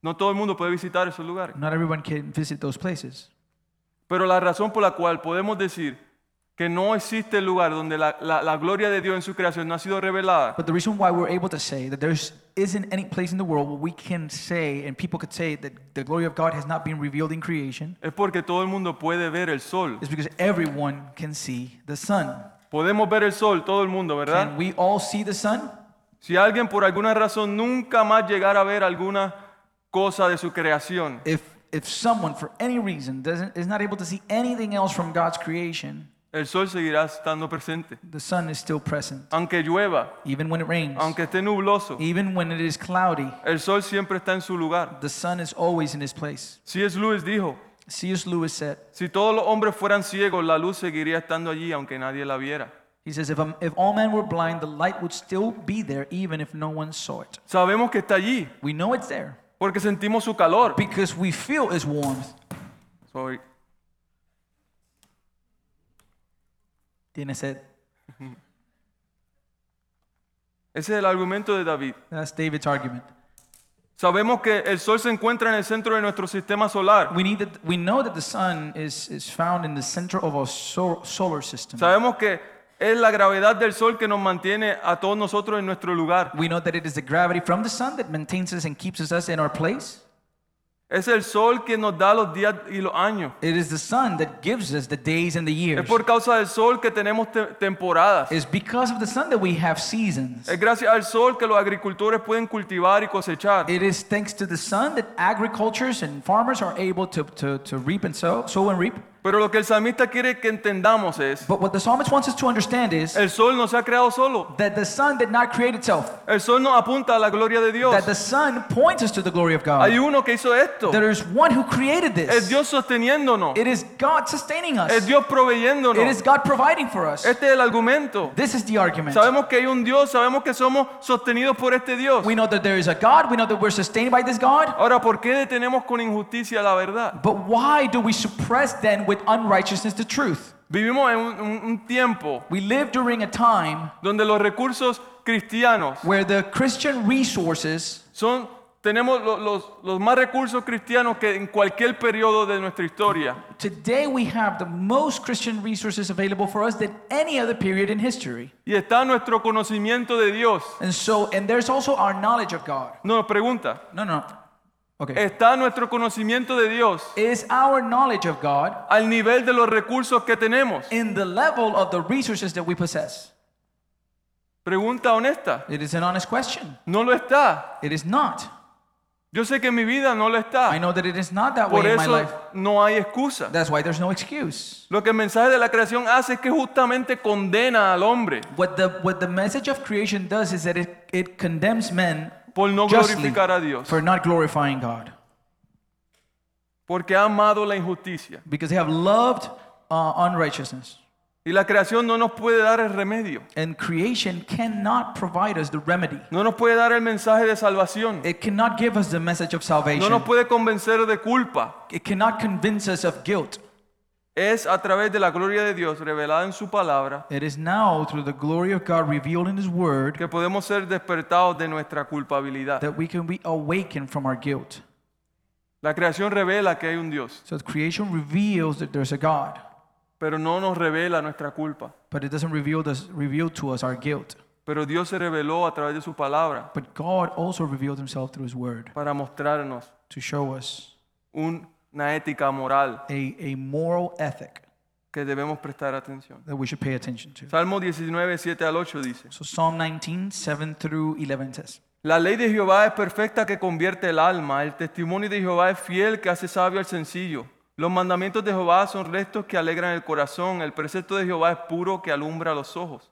B: no todo el mundo puede visitar esos lugares.
C: Not everyone can visit those places.
B: Pero la razón por la cual podemos decir que no existe lugar donde la, la- la gloria de Dios en su creación no ha sido revelada
C: But the reason why we're able to say that there isn't any place in the world where we can say and people could say that the glory of God has not been revealed in creation
B: es porque todo el mundo puede ver el sol.
C: is because everyone can see the sun.
B: Podemos ver el sol, todo el mundo,
C: Can
B: ¿verdad?
C: we all see the sun?
B: Si alguien por alguna razón nunca más llegara a ver alguna cosa de su creación,
C: If if someone for any reason doesn't is not able to see anything else from God's creation,
B: el sol seguirá estando presente.
C: the sun is still present.
B: Aunque llueva,
C: Even when it rains,
B: aunque esté nubloso,
C: even when it is cloudy,
B: el sol siempre está en su lugar.
C: the sun is always in its place.
B: C.S. Lewis dijo,
C: C.S. Lewis said,
B: si todos los hombres fueran ciegos, la luz seguiría estando allí aunque nadie la viera.
C: he says, if, um, if all men were blind, the light would still be there even if no one saw it.
B: Sabemos que está allí
C: We know it's there
B: porque sentimos su calor.
C: because we feel its warmth.
B: Sorry.
C: Tiene said,
B: Ese es el argumento de David.
C: that's David's argument.
B: Sabemos que el sol se encuentra en el centro de nuestro sistema solar.
C: We, need that, we know that the sun is, is found in the center of our sol- solar system.
B: Sabemos que es la gravedad del sol que nos mantiene a todos nosotros en nuestro lugar.
C: We know that it is the gravity from the sun that maintains us and keeps us in our place.
B: Es el sol que nos da los días y los años.
C: It is the sun that gives us the days and the
B: Es
C: years.
B: por causa del sol que tenemos te- temporadas.
C: It's because of the sun that we have seasons.
B: Es gracias al sol que los agricultores pueden cultivar y cosechar.
C: It is thanks to the sun that agricultures and farmers are able to, to, to reap and sow, sow and reap.
B: Pero lo que el salmista quiere que entendamos es,
C: But what the psalmist wants us to understand is
B: el sol no se ha creado solo.
C: that the sun did not create itself.
B: El sol nos apunta a la gloria de Dios.
C: That the sun points us to the glory of
B: Hay
C: God.
B: uno que hizo esto.
C: There is one who created
B: Es
C: this.
B: Dios sosteniéndonos.
C: It is God sustaining us.
B: Es
C: It
B: Dios proveyéndonos.
C: is God providing for us.
B: Este es el argumento.
C: This is the argument.
B: Sabemos que hay un Dios, sabemos que somos sostenidos por este Dios.
C: We know that there is a God. We know that we're sustained by this God.
B: Ahora, ¿por qué detenemos con injusticia la verdad?
C: But why do we suppress then with unrighteousness the truth?
B: Vivimos en un, un- un tiempo
C: We live during a time
B: donde los recursos cristianos
C: where the Christian resources
B: son, tenemos lo- los, los más recursos cristianos que en cualquier periodo de nuestra historia.
C: Today we have the most Christian resources available for us than any other period in history.
B: Y está nuestro conocimiento de Dios.
C: And so, and there's also our knowledge of God.
B: No, nos pregunta.
C: No, no. Okay.
B: ¿Está nuestro conocimiento de Dios
C: Is our knowledge of God
B: al nivel de los recursos que tenemos?
C: in the level of the resources that we possess?
B: Pregunta honesta.
C: It is an honest question.
B: No lo está.
C: It is not.
B: Yo sé que en mi vida no lo
C: I
B: está.
C: know that it is not that
B: Por
C: way in my life.
B: eso no hay excusa.
C: That's why there's no excuse.
B: Lo que el mensaje de la creación hace es que justamente condena al hombre
C: What the what the message of creation does is that it, it condemns men
B: por no
C: justly
B: glorificar a Dios.
C: for not glorifying God.
B: porque ha amado la injusticia.
C: because they have loved uh, unrighteousness.
B: Y la creación no nos puede dar el remedio,
C: And creation cannot provide us the remedy.
B: no nos puede dar el mensaje de salvación,
C: It cannot give us the message of
B: no
C: salvation.
B: nos puede convencer de culpa.
C: It cannot convince us of guilt.
B: Es a través de la gloria de Dios revelada en su palabra
C: It is now through the glory of God revealed in His Word
B: que podemos ser despertados de nuestra culpabilidad.
C: that we can be awakened from our guilt.
B: La creación revela que hay un Dios,
C: So creation reveals that there's a God,
B: pero no nos revela nuestra culpa.
C: but it doesn't reveal, this, reveal to us our guilt.
B: Pero Dios se reveló a través de su palabra
C: But God also revealed Himself through His Word
B: para mostrarnos
C: to show us
B: un- una ética moral
C: a, a moral ethic
B: que debemos prestar atención.
C: that we should pay attention to.
B: Salmo 19, 7 al 8 dice,
C: So Psalm 19, 7 through 11 says,
B: La ley de Jehová es perfecta que convierte el alma, el testimonio de Jehová es fiel que hace sabio al sencillo. Los mandamientos de Jehová son restos que alegran el corazón, el precepto de Jehová es puro que alumbra los ojos.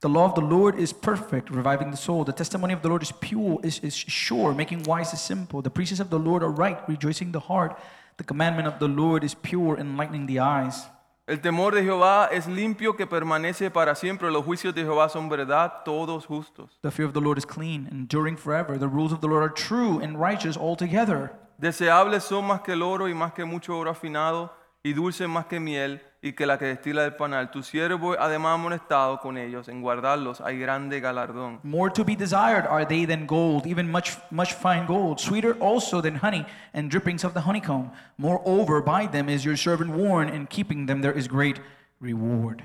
C: The law of the Lord is perfect, reviving the soul. The testimony of the Lord is pure, is, is sure, making wise is simple. The precepts of the Lord are right, rejoicing the heart. The commandment of the Lord is pure, enlightening the eyes.
B: El temor de Jehová es limpio que permanece para siempre, los juicios de Jehová son verdad, todos justos.
C: The fear of the Lord is clean, enduring forever. The rules of the Lord are true and righteous altogether.
B: Deseables son más que el oro y más que mucho oro afinado, y dulces más que miel y que la que destila del panal. Tu siervo además ha molestado con ellos, en guardarlos hay grande galardón.
C: More to be desired are they than gold, even much much fine gold, sweeter also than honey and drippings of the honeycomb. Moreover, by them is your servant warned, and keeping them there is great reward.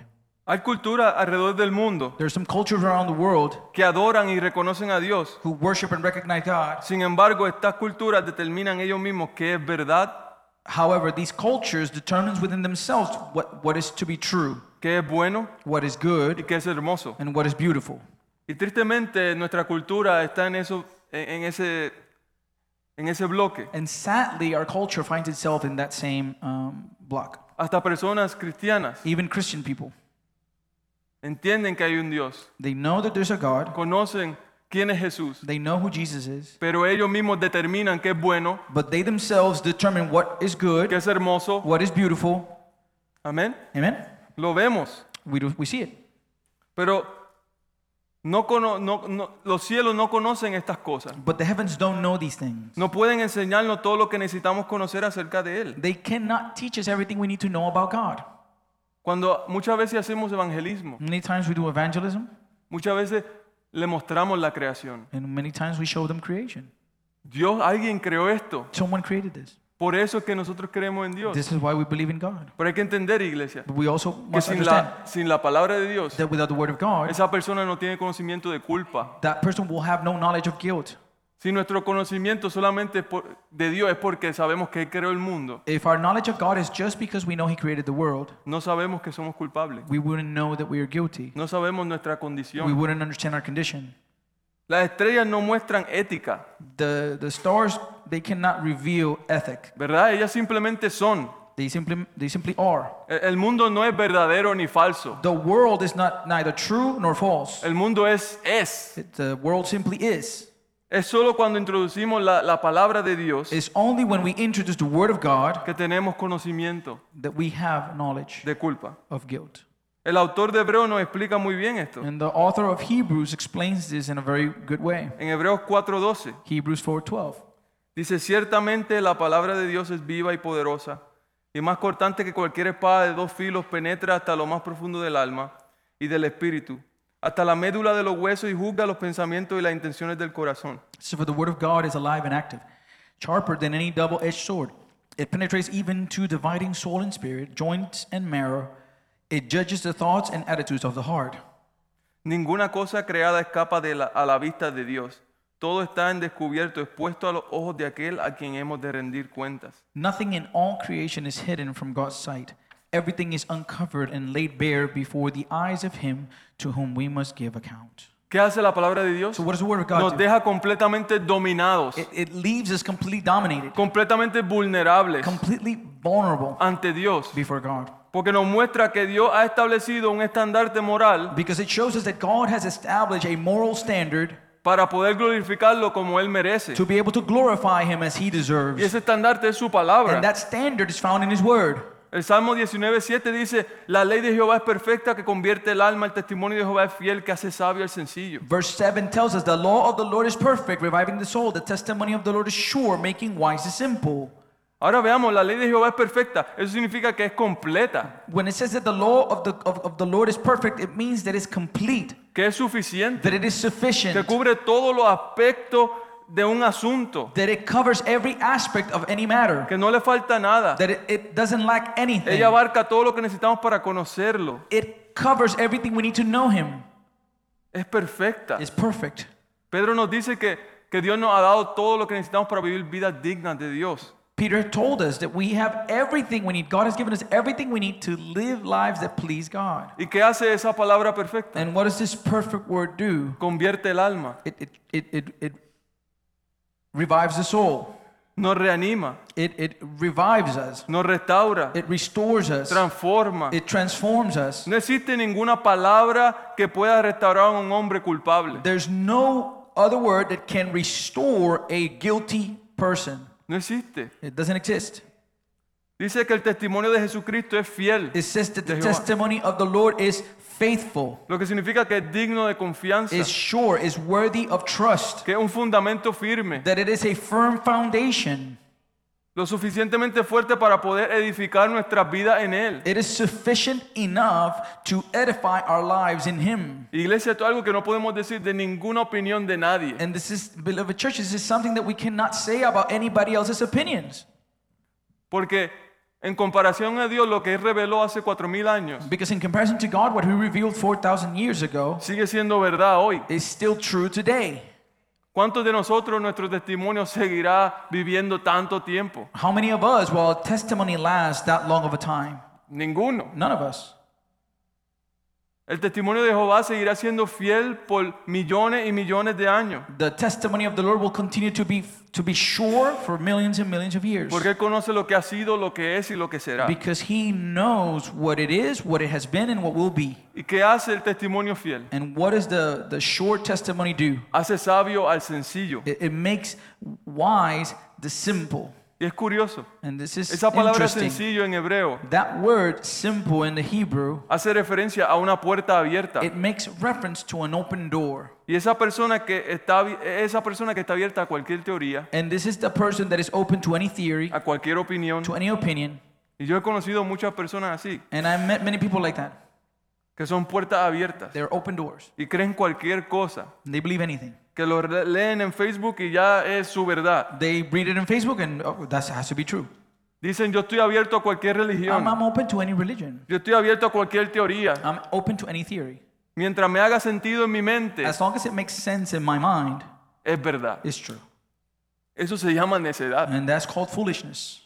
B: Hay cultura alrededor del mundo
C: There are some cultures around the world
B: que adoran y reconocen a Dios.
C: who worship and recognize God.
B: Sin embargo, estas culturas determinan ellos mismos qué es verdad,
C: However, these cultures determines within themselves what, what is to be true,
B: qué es bueno
C: what is
B: y
C: good,
B: qué es hermoso.
C: and what is beautiful.
B: Y tristemente nuestra cultura está en eso, en en ese, en ese bloque.
C: And sadly, our culture finds itself in that same um, block.
B: Hasta personas cristianas
C: Even Christian people,
B: entienden que hay un Dios,
C: they know that there's a God,
B: conocen quién es Jesús,
C: they know who Jesus is,
B: pero ellos mismos determinan qué es bueno,
C: but they themselves determine what is good,
B: qué es hermoso.
C: what is beautiful.
B: Amén.
C: Amen?
B: Lo vemos,
C: We, do, we see it.
B: pero no cono- no- no- los cielos no conocen estas cosas.
C: But the heavens don't know these things.
B: No pueden enseñarnos todo lo que necesitamos conocer acerca de Él.
C: They cannot teach us everything we need to know about God.
B: Cuando muchas veces hacemos evangelismo,
C: Many times we do evangelism,
B: muchas veces le mostramos la creación.
C: and many times we show them creation.
B: Dios, alguien creó esto.
C: Someone created this.
B: Por eso es que nosotros creemos en Dios.
C: This is why we believe in God.
B: Pero hay que entender, iglesia,
C: But we also
B: que
C: must
B: sin
C: understand
B: la, sin la palabra de Dios,
C: that without the Word of God,
B: esa persona no tiene conocimiento de culpa.
C: that person will have no knowledge of guilt.
B: Si nuestro conocimiento solamente es por- de Dios es porque sabemos que Él creó el mundo,
C: If our knowledge of God is just because we know He created the world,
B: no sabemos que somos culpables.
C: we wouldn't know that we are guilty.
B: No sabemos nuestra
C: We
B: condición.
C: wouldn't understand our condition.
B: Las estrellas no muestran ética,
C: The, the stars, they cannot reveal ethic.
B: ¿verdad? Ellas simplemente son.
C: They simply, they simply are.
B: E- El mundo no es verdadero ni falso.
C: The world is not neither true nor false.
B: El mundo es es.
C: It- the world simply is.
B: Es solo cuando introducimos la, la palabra de Dios
C: It's only when we introduce the Word of God
B: que tenemos conocimiento
C: that we have knowledge
B: de culpa.
C: of guilt.
B: El autor de Hebreo nos explica muy bien esto.
C: And the author of Hebrews explains this in a very good way.
B: En Hebreos 4:12
C: Hebrews 4:12.
B: dice, ciertamente la palabra de Dios es viva y poderosa, y más cortante que cualquier espada de dos filos, penetra hasta lo más profundo del alma y del espíritu, hasta la médula de los huesos y juzga los pensamientos y las intenciones del corazón.
C: So for the word of God is alive and active, sharper than any double-edged sword. It penetrates even to dividing soul and spirit, joints and marrow. It judges the thoughts and attitudes of the heart.
B: Ninguna cosa creada escapa de la- a la vista de Dios. Todo está en descubierto, expuesto a los ojos de aquel a quien hemos de rendir cuentas.
C: Nothing in all creation is hidden from God's sight. Everything is uncovered and laid bare before the eyes of him to whom we must give account.
B: ¿Qué hace la palabra de Dios?
C: So what does the word of
B: Nos
C: God do?
B: deja completamente dominados,
C: It, it leaves us completely dominated,
B: completamente vulnerables
C: completely vulnerable
B: ante Dios,
C: before God.
B: porque nos muestra que Dios ha establecido un estandarte moral
C: Because it shows us that God has established a moral standard
B: para poder glorificarlo como Él merece.
C: to be able to glorify him as he
B: Y
C: deserves.
B: ese estandarte es su palabra.
C: And that standard is found in his word.
B: El Salmo 19.7 dice, la ley de Jehová es perfecta que convierte el alma, el testimonio de Jehová es fiel que hace sabio al sencillo.
C: Verse 7 tells us the law of the Lord is perfect, reviving the soul. The testimony of the Lord is sure, making wise the simple.
B: Ahora veamos, la ley de Jehová es perfecta, eso significa que es completa,
C: When it says that the law of the, of, of the Lord is perfect, it means that it's complete,
B: que es suficiente,
C: that it is
B: que
C: sufficient,
B: cubre todos los aspectos de un asunto,
C: that it covers every aspect of any matter,
B: que no le falta nada.
C: that it, it doesn't lack
B: Ella
C: anything.
B: abarca todo lo que necesitamos para conocerlo.
C: It covers everything we need to know Him.
B: Es perfecta.
C: It's perfect.
B: Pedro nos dice que, que Dios nos ha dado todo lo que necesitamos para vivir vidas dignas de Dios.
C: Peter told us that we have everything we need. God has given us everything we need to live lives that please God.
B: ¿Y qué hace esa palabra perfecta?
C: And what does this perfect word do?
B: Convierte el alma,
C: It, it, it, it, it revives the soul.
B: nos reanima,
C: It, it revives us.
B: nos restaura,
C: It restores us.
B: transforma.
C: It transforms us.
B: No existe ninguna palabra que pueda restaurar a un hombre culpable.
C: There's no other word that can restore a guilty person.
B: No existe.
C: It doesn't exist.
B: Dice que el testimonio de Jesucristo es fiel,
C: It says that the
B: Jehová.
C: testimony of the Lord is faithful,
B: lo que significa que es digno de confianza,
C: is sure, is worthy of trust,
B: que es un fundamento firme,
C: that it is a firm foundation.
B: lo suficientemente fuerte para poder edificar nuestras vidas en Él.
C: It is sufficient enough to edify our lives in Him.
B: Iglesia, esto es algo que no podemos decir de ninguna opinión de nadie.
C: And this is, beloved church, this is something that we cannot say about anybody else's opinions.
B: Porque en comparación a Dios, lo que Él reveló hace cuatro mil años
C: Because in comparison to God, what He revealed 4,000 years ago
B: sigue siendo verdad hoy.
C: is still true today.
B: ¿Cuántos de nosotros nuestro testimonio seguirá viviendo tanto tiempo?
C: How many of us will our testimony last that long of a time?
B: Ninguno.
C: None of us.
B: El testimonio de Jehová seguirá siendo fiel por millones y millones de años.
C: The testimony of the Lord will continue to be to be sure for millions and millions of years.
B: Porque Él conoce lo que ha sido, lo que es y lo que será.
C: Because he knows what it is, what it has been, and what will be.
B: ¿Y qué hace el testimonio fiel?
C: And what does the, the sure testimony do?
B: Hace sabio al sencillo.
C: It, it makes wise the simple.
B: Y es curioso.
C: And this is
B: Esa palabra
C: interesting.
B: sencillo en hebreo
C: That word simple in the Hebrew,
B: hace referencia a una puerta abierta.
C: it makes reference to an open door.
B: Y esa persona que está abi- esa persona que está abierta a cualquier teoría,
C: And this is the person that is open to any theory,
B: a cualquier opinión.
C: to any opinion.
B: Y yo he conocido muchas personas así,
C: And I met many people like that.
B: que son puertas abiertas
C: They're open doors.
B: y creen cualquier cosa,
C: They believe anything.
B: que lo re- leen en Facebook y ya es su verdad.
C: They read it on Facebook and oh, that has to be true.
B: Dicen, "Yo estoy abierto a cualquier
C: I'm,
B: religión.
C: I'm open to any religion.
B: Yo estoy abierto a cualquier teoría,
C: I'm open to any theory.
B: mientras me haga sentido en mi mente,
C: As long as it makes sense in my mind,
B: es verdad."
C: it's true.
B: Eso se llama necedad.
C: And that's called foolishness.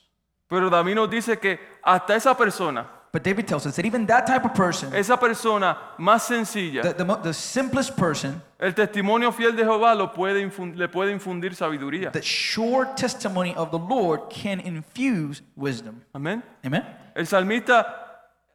B: Pero David nos dice que hasta esa persona,
C: But David tells us that even that type of person,
B: esa persona más sencilla,
C: the, the, mo- the simplest person,
B: el testimonio fiel de Jehová lo puede infun- le puede infundir sabiduría.
C: the sure testimony of the Lord can infuse wisdom.
B: Amén.
C: Amen?
B: El salmista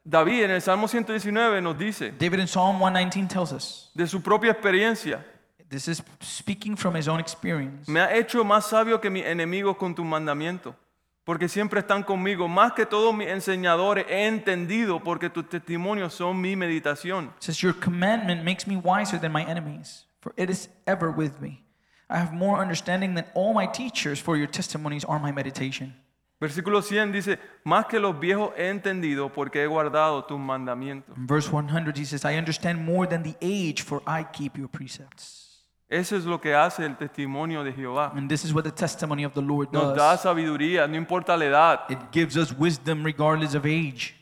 B: David en el Salmo 119 nos dice
C: David in Psalm 119 tells us
B: de su propia experiencia,
C: this is speaking from his own experience.
B: me ha hecho más sabio que mis enemigos con tus mandamientos, porque siempre están conmigo, más que todos mis enseñadores he entendido, porque tus testimonios son mi meditación.
C: It says, Your commandment makes me wiser than my enemies, for it is ever with me. I have more understanding than all my teachers, for your testimonies are my meditation.
B: Versículo 100 dice, más que los viejos he entendido, porque he guardado tus mandamientos.
C: In verse 100, he says, I understand more than the age, for I keep your precepts.
B: Eso es lo que hace el testimonio de Jehová.
C: And this is what the testimony of the Lord
B: Nos da
C: does
B: sabiduría, no importa la edad.
C: it gives us wisdom regardless of age.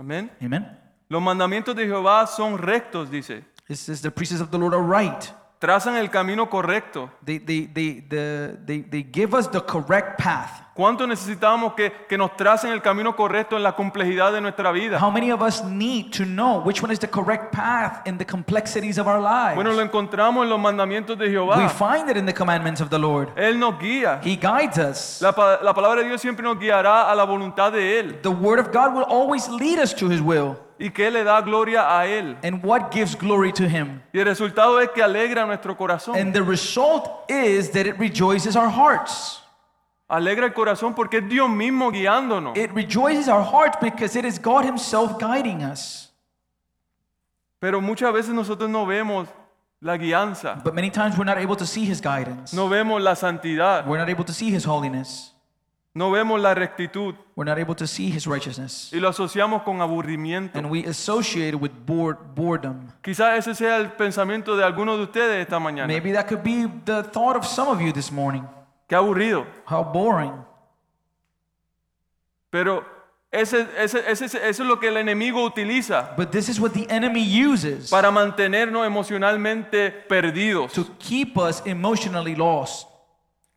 B: Amén.
C: Amen.
B: Los mandamientos de Jehová son rectos, dice.
C: It says, The precepts of the Lord are right.
B: Trazan el camino correcto.
C: They, they, they, the, they, they give us the correct path.
B: ¿Cuánto necesitamos que, que nos tracen el camino correcto en la complejidad de nuestra vida?
C: How many of us need to know which one is the correct path in the complexities of our lives?
B: Bueno, lo encontramos en los mandamientos de
C: We
B: Jehová.
C: find it in the commandments of the Lord.
B: Él nos guía.
C: He guides us.
B: La, pa- la palabra de Dios siempre nos guiará a la voluntad de Él.
C: The word of God will always lead us to his will.
B: ¿Y qué le da gloria a Él?
C: and what gives glory to Him.
B: Y el resultado es que alegra nuestro corazón.
C: And the result is that it rejoices our hearts.
B: Alegra el corazón porque es Dios mismo guiándonos.
C: It rejoices our hearts because it is God Himself guiding us.
B: Pero muchas veces nosotros no vemos la guianza,
C: But many times we're not able to see His guidance.
B: no vemos la santidad,
C: We're not able to see His holiness.
B: no vemos la rectitud
C: We're not able to see His righteousness.
B: y lo asociamos con aburrimiento.
C: And we associate it with bored, boredom.
B: Quizás ese sea el pensamiento de algunos de ustedes esta mañana.
C: Maybe that could be the thought of some of you this morning.
B: Qué aburrido.
C: How boring.
B: Pero ese, ese- ese- ese- eso es lo que el enemigo utiliza
C: But this is what the enemy uses
B: para mantenernos emocionalmente perdidos,
C: to keep us emotionally lost,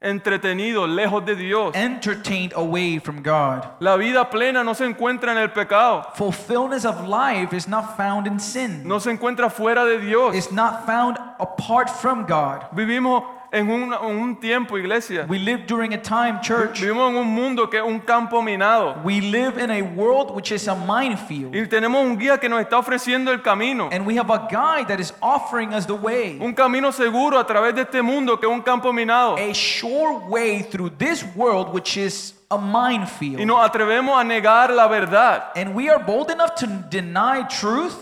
B: entretenidos, lejos de Dios.
C: entertained away from God.
B: La vida plena no se encuentra en el pecado,
C: Fulfillment of life is not found in sin.
B: no se encuentra fuera de Dios.
C: It's not found apart from God.
B: Vivimos en un, en un tiempo, iglesia.
C: We live during a time, church.
B: Vivimos en un mundo que es un campo minado.
C: We live in a world which is a minefield.
B: Y tenemos un guía que nos está ofreciendo el camino.
C: And we have a guide that is offering us the way.
B: Un camino seguro a través de este mundo que es un campo minado.
C: A sure way through this world which is a
B: Y
C: minefield.
B: nos atrevemos a negar la verdad
C: And we are bold enough to deny truth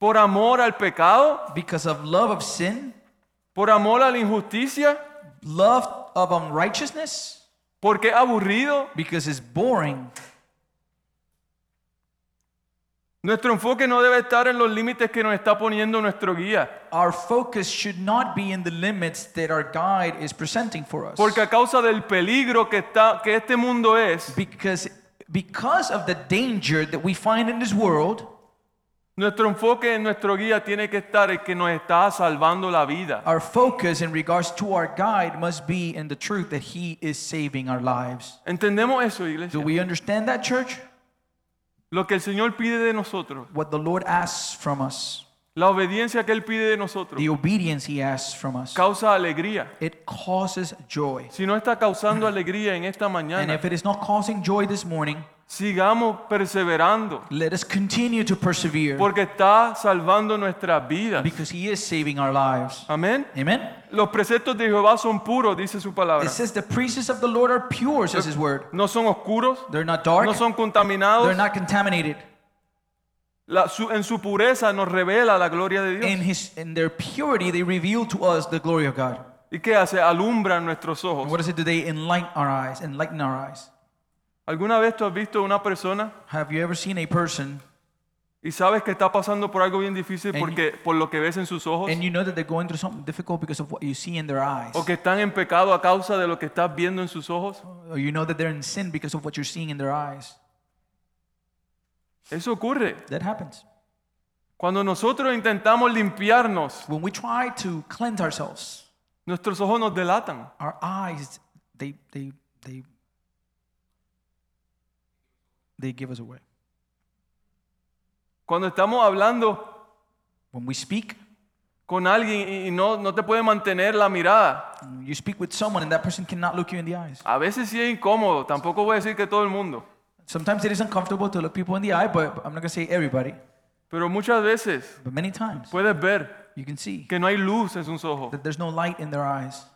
B: por amor al pecado,
C: because of love of sin,
B: por amor a la injusticia,
C: love of unrighteousness,
B: porque es aburrido.
C: because it's boring.
B: Nuestro enfoque no debe estar en los límites que nos está poniendo nuestro guía,
C: Our focus should not be in the limits that our guide is presenting for us.
B: porque a causa del peligro que, está, que este mundo es,
C: Because because of the danger that we find in this world,
B: nuestro enfoque en nuestro guía tiene que estar en que nos está salvando la vida.
C: our focus in regards to our guide must be in the truth that he is saving our lives.
B: ¿Entendemos eso,
C: Do
B: iglesia?
C: we understand that, church?
B: Lo que el Señor pide de nosotros,
C: What the Lord asks from us,
B: la obediencia que Él pide de nosotros,
C: the obedience he asks from us,
B: causa alegría.
C: it causes joy.
B: Si no está causando alegría en esta
C: And
B: mañana,
C: if it is not causing joy this morning,
B: sigamos perseverando.
C: let us continue to persevere
B: Porque está salvando nuestras vidas.
C: because he is saving our lives.
B: Amén.
C: Amen.
B: Los preceptos de Jehová son puros, dice su
C: It
B: palabra.
C: says the priests of the Lord are pure, says his word.
B: No son oscuros,
C: They're not
B: no
C: dark,
B: son
C: they're
B: contaminados.
C: not contaminated.
B: La- su- en su pureza nos revela la gloria de Dios.
C: In his in their purity they reveal to us the glory of God.
B: ¿Y qué hace? Alumbra nuestros
C: And
B: ojos.
C: what does it do? They enlighten our eyes, enlighten our eyes.
B: ¿Alguna vez tú has visto una persona
C: Have you ever seen a person
B: y sabes que está pasando por algo bien difícil
C: And-
B: porque, por lo que ves en sus ojos?
C: and you know that they're going through something difficult because of what you see in their eyes?
B: ¿O que están en pecado a causa de lo que estás viendo en sus ojos?
C: Or you know that they're in sin because of what you're seeing in their eyes.
B: Eso ocurre.
C: That happens.
B: Cuando nosotros intentamos limpiarnos,
C: When we try to cleanse ourselves,
B: nuestros ojos nos delatan.
C: our eyes they they they they give us away.
B: Cuando estamos hablando
C: When we speak,
B: con alguien y- y no, no te puede mantener la mirada.
C: you speak with someone and that person cannot look you in the eyes.
B: A veces sí es incómodo, tampoco voy a decir que todo el mundo,
C: Sometimes it is uncomfortable to look people in the eye, but I'm not gonna say everybody.
B: pero muchas veces
C: But many times
B: puedes ver
C: you can see
B: que no hay luz en sus ojos,
C: that there's no light in their eyes.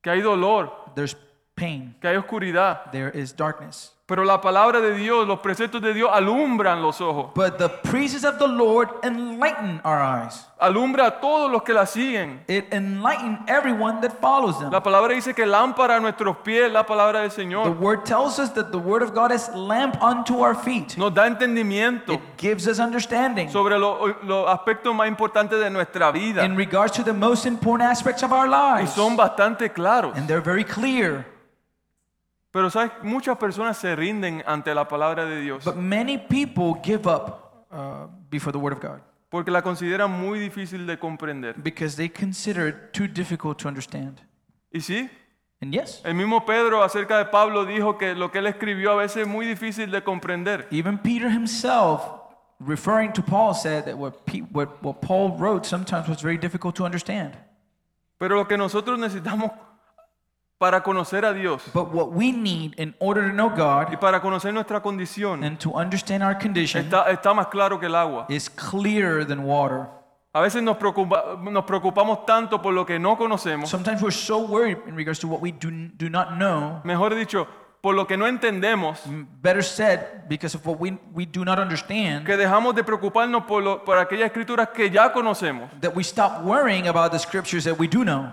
B: que hay dolor,
C: There's pain.
B: que hay oscuridad,
C: There is darkness.
B: pero la palabra de Dios, los preceptos de Dios alumbran los ojos,
C: But the praises of the Lord enlighten our eyes.
B: alumbra a todos los que la siguen.
C: It enlighten everyone that follows them.
B: La palabra dice que lámpara a nuestros pies es la palabra del
C: The
B: Señor,
C: word tells us that the word of God is lamp unto our feet.
B: nos da entendimiento
C: It gives us understanding
B: sobre lo- los aspectos más importantes de nuestra vida
C: in regards to the most important aspects of our
B: y
C: lives.
B: son bastante claros.
C: And they're very clear.
B: Pero sabes, muchas personas se rinden ante la palabra de Dios
C: But many people give up uh, before the word of God
B: porque la consideran muy difícil de comprender.
C: because they consider it too difficult to understand.
B: Y sí,
C: And yes,
B: el mismo Pedro acerca de Pablo dijo que lo que él escribió a veces es muy difícil de comprender.
C: even Peter himself, referring to Paul, said that what, Pe- what, what Paul wrote sometimes was very difficult to understand.
B: Pero lo que nosotros necesitamos para conocer a Dios
C: But what we need in order to know
B: y
C: God
B: para conocer nuestra condición
C: and to understand our condition
B: está, está más claro que el agua.
C: is clearer than water.
B: A veces nos, preocupa- nos preocupamos tanto por lo que no conocemos,
C: Sometimes we're so worried in regards to what we do, do not know.
B: mejor dicho, por lo que no entendemos,
C: Better said, because of what we, we do not understand,
B: que dejamos de preocuparnos por, lo- por aquellas escrituras que ya conocemos,
C: that we stop worrying about the scriptures that we do know,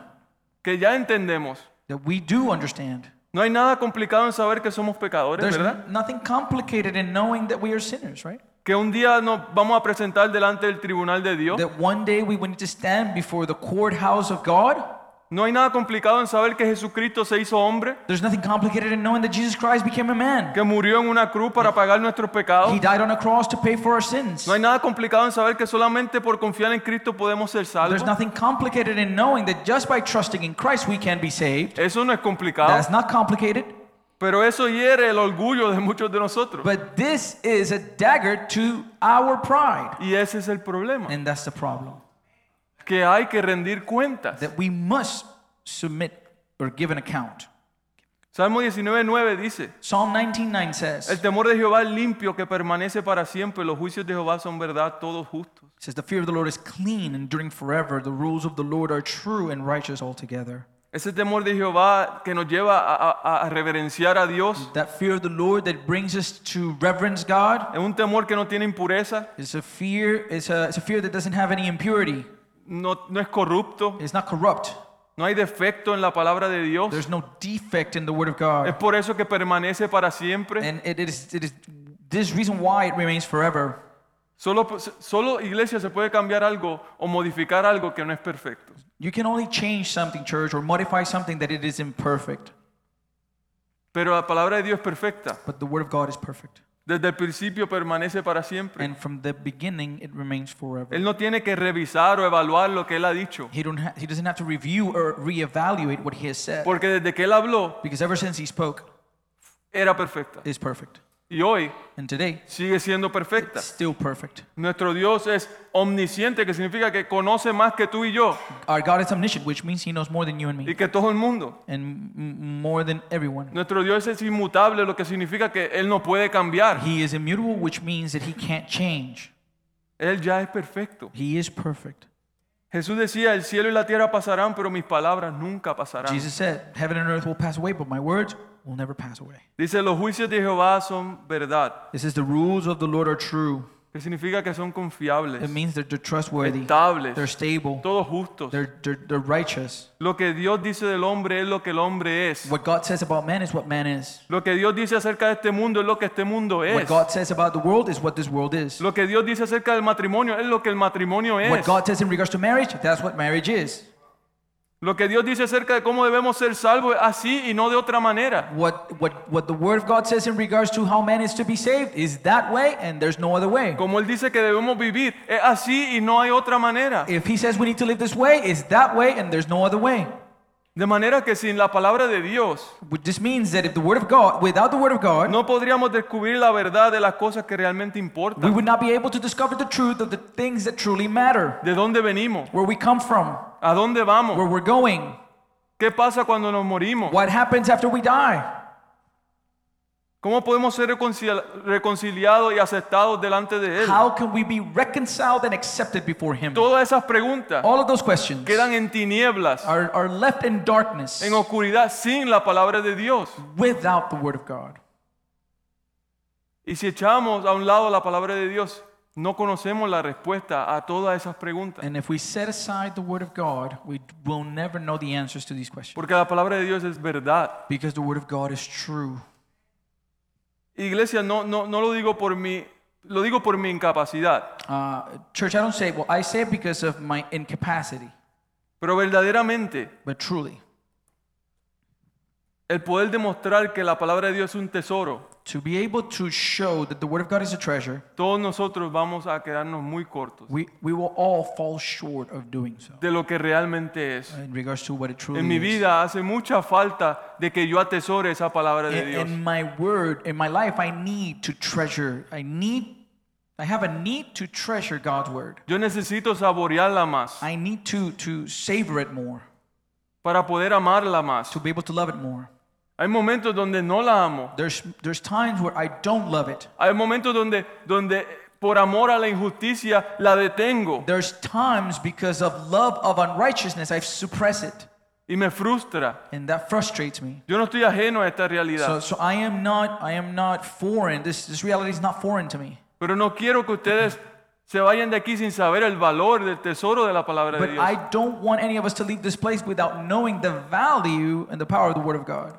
B: que ya entendemos.
C: that we do understand.
B: No hay nada complicado en saber que somos pecadores,
C: There's
B: ¿verdad?
C: nothing complicated in knowing that we are sinners, right?
B: Que un día nos vamos a presentar delante del tribunal de Dios.
C: That one day we will need to stand before the courthouse of God.
B: No hay nada complicado en saber que Jesucristo se hizo hombre,
C: There's nothing complicated in knowing that Jesus Christ became a man.
B: que murió en una cruz para pagar nuestros pecados.
C: He died on a cross to pay for our sins.
B: No hay nada complicado en saber que solamente por confiar en Cristo podemos ser
C: There's
B: salvos.
C: nothing complicated in knowing that just by trusting in Christ we can be saved.
B: Eso no es complicado,
C: That's not complicated.
B: pero eso hiere el orgullo de muchos de nosotros.
C: But this is a dagger to our pride.
B: Y ese es el problema,
C: And that's the problem.
B: que hay que rendir cuentas.
C: That we must submit or give an account.
B: Salmo 19.9 dice,
C: Psalm 19:9
B: el
C: says,
B: temor de Jehová es limpio que permanece para siempre, los juicios de Jehová son verdad, todos justos.
C: says the fear of the Lord is clean, enduring forever. The rules of the Lord are true and righteous altogether.
B: Ese temor de Jehová que nos lleva a, a- a reverenciar a Dios
C: That fear of the Lord that brings us to reverence God
B: es un temor que no tiene impureza,
C: It's a fear. It's a, it's a fear that doesn't have any impurity.
B: no, no es corrupto,
C: It's not corrupt.
B: no hay defecto en la palabra de Dios.
C: There's no defect in the Word of
B: Es
C: God,
B: por eso que permanece para siempre.
C: and it is it is this reason why it remains forever.
B: Solo, solo iglesia se puede cambiar algo o modificar algo que no es perfecto.
C: You can only change something, church, or modify something that it is imperfect.
B: Pero la palabra de Dios es perfecta.
C: But the Word of God is perfect,
B: Desde el principio permanece para siempre.
C: and from the beginning it remains forever.
B: Él no tiene que revisar o evaluar lo que Él ha dicho.
C: He don't ha- he doesn't have to review or reevaluate what he has said
B: Porque desde que Él habló,
C: because ever since he spoke,
B: era perfecta.
C: it's perfect,
B: Y hoy
C: and today
B: sigue siendo perfecta.
C: it's still perfect.
B: Nuestro Dios es omnisciente, que significa que conoce más que tú y yo
C: Our God is omniscient, which means He knows more than you and
B: y
C: me,
B: que todo el mundo.
C: and m- m- more than everyone.
B: Nuestro Dios es inmutable, lo que significa que Él no puede cambiar.
C: He is immutable, which means that he can't change.
B: Él ya es perfecto.
C: He is perfect.
B: Jesús decía, el cielo y la tierra pasarán, pero mis palabras nunca pasarán.
C: Jesus said, Heaven and earth will pass away, but my words will never pass away.
B: Dice, los juicios de Jehová son verdad,
C: This is the rules of the Lord are true.
B: que significa que son confiables,
C: It means that they're trustworthy, they're
B: estables,
C: stable,
B: todos justos.
C: they're, they're, they're righteous.
B: Lo que Dios dice del hombre es lo que el hombre es.
C: What God says about man is what man is.
B: Lo que Dios dice acerca de este mundo es lo que este mundo
C: What
B: es.
C: God says about the world is what this world is.
B: Lo que Dios dice acerca del matrimonio es lo que el matrimonio
C: What
B: es.
C: God says in regards to marriage, that's what marriage is.
B: Lo que Dios dice acerca de cómo debemos ser salvos es así y no de otra manera.
C: What, what, what the Word of God says in regards to how man is to be saved is that way, and there's no other way.
B: Como Él dice que debemos vivir, es así y no hay otra manera.
C: If he says we need to live this way, it's that way and there's no other way.
B: De manera que sin la palabra de Dios
C: Which just means that if the word of God, without the word of God,
B: No podríamos descubrir la verdad de las cosas que realmente
C: we
B: importan,
C: would not be able to discover the truth of the things that truly matter.
B: de dónde venimos,
C: Where we come from,
B: a dónde vamos,
C: where we're going,
B: qué pasa cuando nos morimos,
C: what happens after we die.
B: cómo podemos ser reconcil- reconciliados y aceptados delante de Él.
C: How can we be reconciled and accepted before him?
B: Todas esas preguntas
C: All of those questions
B: quedan en tinieblas,
C: are, are left in darkness
B: en oscuridad, sin la palabra de Dios.
C: without the word of God.
B: Y si echamos a un lado la palabra de Dios, no conocemos la respuesta a todas esas preguntas,
C: And if we set aside the word of God, we will never know the answers to these questions
B: porque la palabra de Dios es verdad.
C: because the word of God is true.
B: Iglesia, no, no, no lo digo por mi, lo digo por mi incapacidad.
C: Uh, church, I don't say it. Well, I say it because of my incapacity,
B: Pero verdaderamente,
C: but truly,
B: El poder demostrar que la palabra de Dios es un tesoro,
C: to be able to show that the Word of God is a treasure,
B: todos nosotros vamos a quedarnos muy cortos
C: we, we will all fall short of doing so
B: de lo que realmente es.
C: in regards to what it truly
B: En mi
C: is.
B: vida hace mucha falta de que yo atesore esa palabra de
C: in,
B: Dios.
C: in my word, in my life, I need to treasure. I need, I have a need to treasure God's Word.
B: Yo necesito saborearla más.
C: I need to, to savor it more.
B: para poder amarla más.
C: to be able to love it more.
B: Hay momentos donde no la amo.
C: There's, there's times where I don't love it.
B: Hay momentos donde, donde por amor a la injusticia la detengo
C: There's times because of love of unrighteousness, I suppress it.
B: y me frustra.
C: And that frustrates me.
B: Yo no estoy ajeno a esta
C: So,
B: realidad,
C: so I am not I am not foreign. This this reality is not foreign to me.
B: pero no quiero que ustedes se vayan de aquí sin saber el valor del tesoro de la palabra de
C: But
B: Dios.
C: I don't want any of us to leave this place without knowing the value and the power of the Word of God,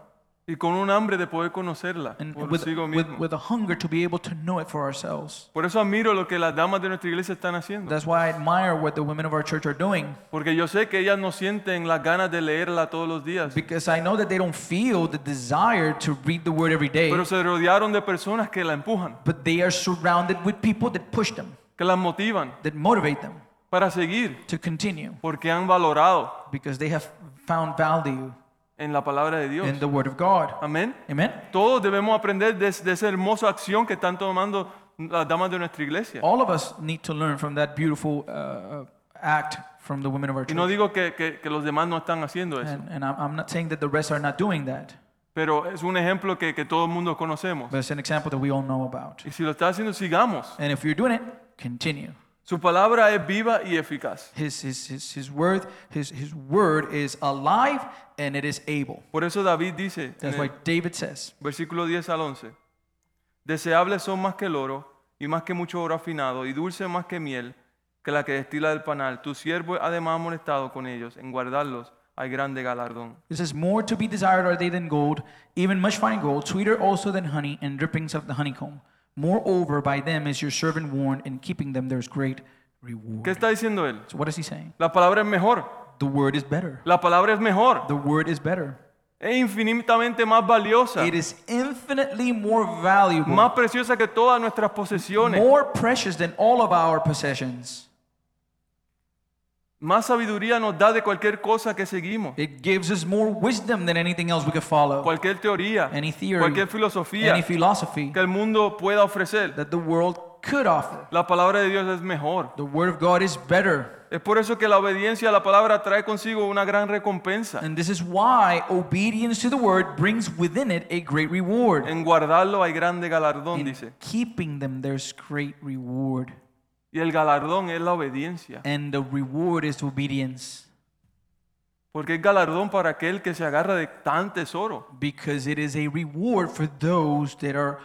B: Y con un hambre de poder conocerla
C: and
B: por
C: with,
B: consigo
C: with,
B: mismo.
C: with a hunger to be able to know it for ourselves.
B: Por eso admiro lo que las damas de nuestra iglesia están haciendo.
C: That's why I admire what the women of our church are doing,
B: Porque yo sé que ellas no sienten las ganas de leerla todos los días.
C: because I know that they don't feel the desire to read the Word every day,
B: Pero se rodearon de personas que la empujan,
C: but they are surrounded with people that push them,
B: que las motivan
C: that motivate them
B: para seguir.
C: to continue,
B: Porque han valorado
C: because they have found value
B: en la palabra de Dios.
C: in the Word of God.
B: Amén.
C: Amen.
B: Todos debemos aprender de, de esa hermosa acción que están tomando las damas de nuestra iglesia.
C: All of us need to learn from that beautiful uh, uh, act from the women of our
B: Y
C: church.
B: no digo que, que- que los demás no están haciendo eso,
C: And, and I'm, I'm not saying that the rest are not doing that,
B: pero es un ejemplo que, que todo el mundo conocemos.
C: but it's an example that we all know about.
B: Y si lo está haciendo, sigamos.
C: And if you're doing it, continue.
B: Su palabra es viva y eficaz.
C: His, his, his, his, word, his, his word is alive and it is able.
B: Por eso David dice en
C: That's
B: el
C: why David says,
B: versículo 10 al 11, deseables son más que el oro y más que mucho oro afinado y dulce más que miel que la que destila del panal. Tu siervo además ha molestado con ellos, en guardarlos hay grande galardón.
C: This is more to be desired are they than gold, even much fine gold, sweeter also than honey and drippings of the honeycomb. Moreover, by them is your servant warned, in keeping them there's great
B: ¿Qué
C: reward.
B: está diciendo él?
C: So, what is he saying?
B: La palabra es mejor,
C: The word is better.
B: la palabra es mejor,
C: The word is better.
B: es infinitamente más valiosa,
C: It is infinitely more valuable,
B: más preciosa que todas nuestras posesiones,
C: more precious than all of our possessions.
B: más sabiduría nos da de cualquier cosa que seguimos,
C: It gives us more wisdom than anything else we could follow,
B: cualquier teoría,
C: any theory,
B: cualquier filosofía
C: any philosophy
B: que el mundo pueda ofrecer.
C: that the world could offer.
B: La palabra de Dios es mejor.
C: The word of God is better.
B: Es por eso que la obediencia a la palabra trae consigo una gran recompensa.
C: And this is why obedience to the word brings within it a great reward.
B: En guardarlo hay grande galardón,
C: In
B: dice.
C: keeping them, there's great reward.
B: Y el galardón es la obediencia.
C: And the reward is obedience
B: Porque es galardón para aquel que se agarra de tan tesoro.
C: because it is a reward for those that are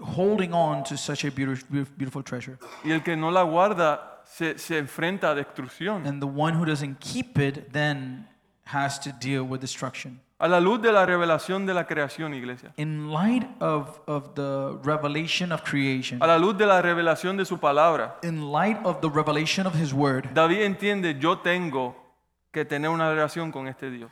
C: holding on to such a beautiful, beautiful treasure.
B: Y el que no la guarda se, se enfrenta a destrucción.
C: And the one who doesn't keep it then has to deal with destruction.
B: A la luz de la revelación de la creación, iglesia.
C: In light of, of the revelation of creation,
B: A la luz de la revelación de su palabra.
C: in light of the revelation of his word,
B: David entiende, yo tengo que tener una relación con este Dios.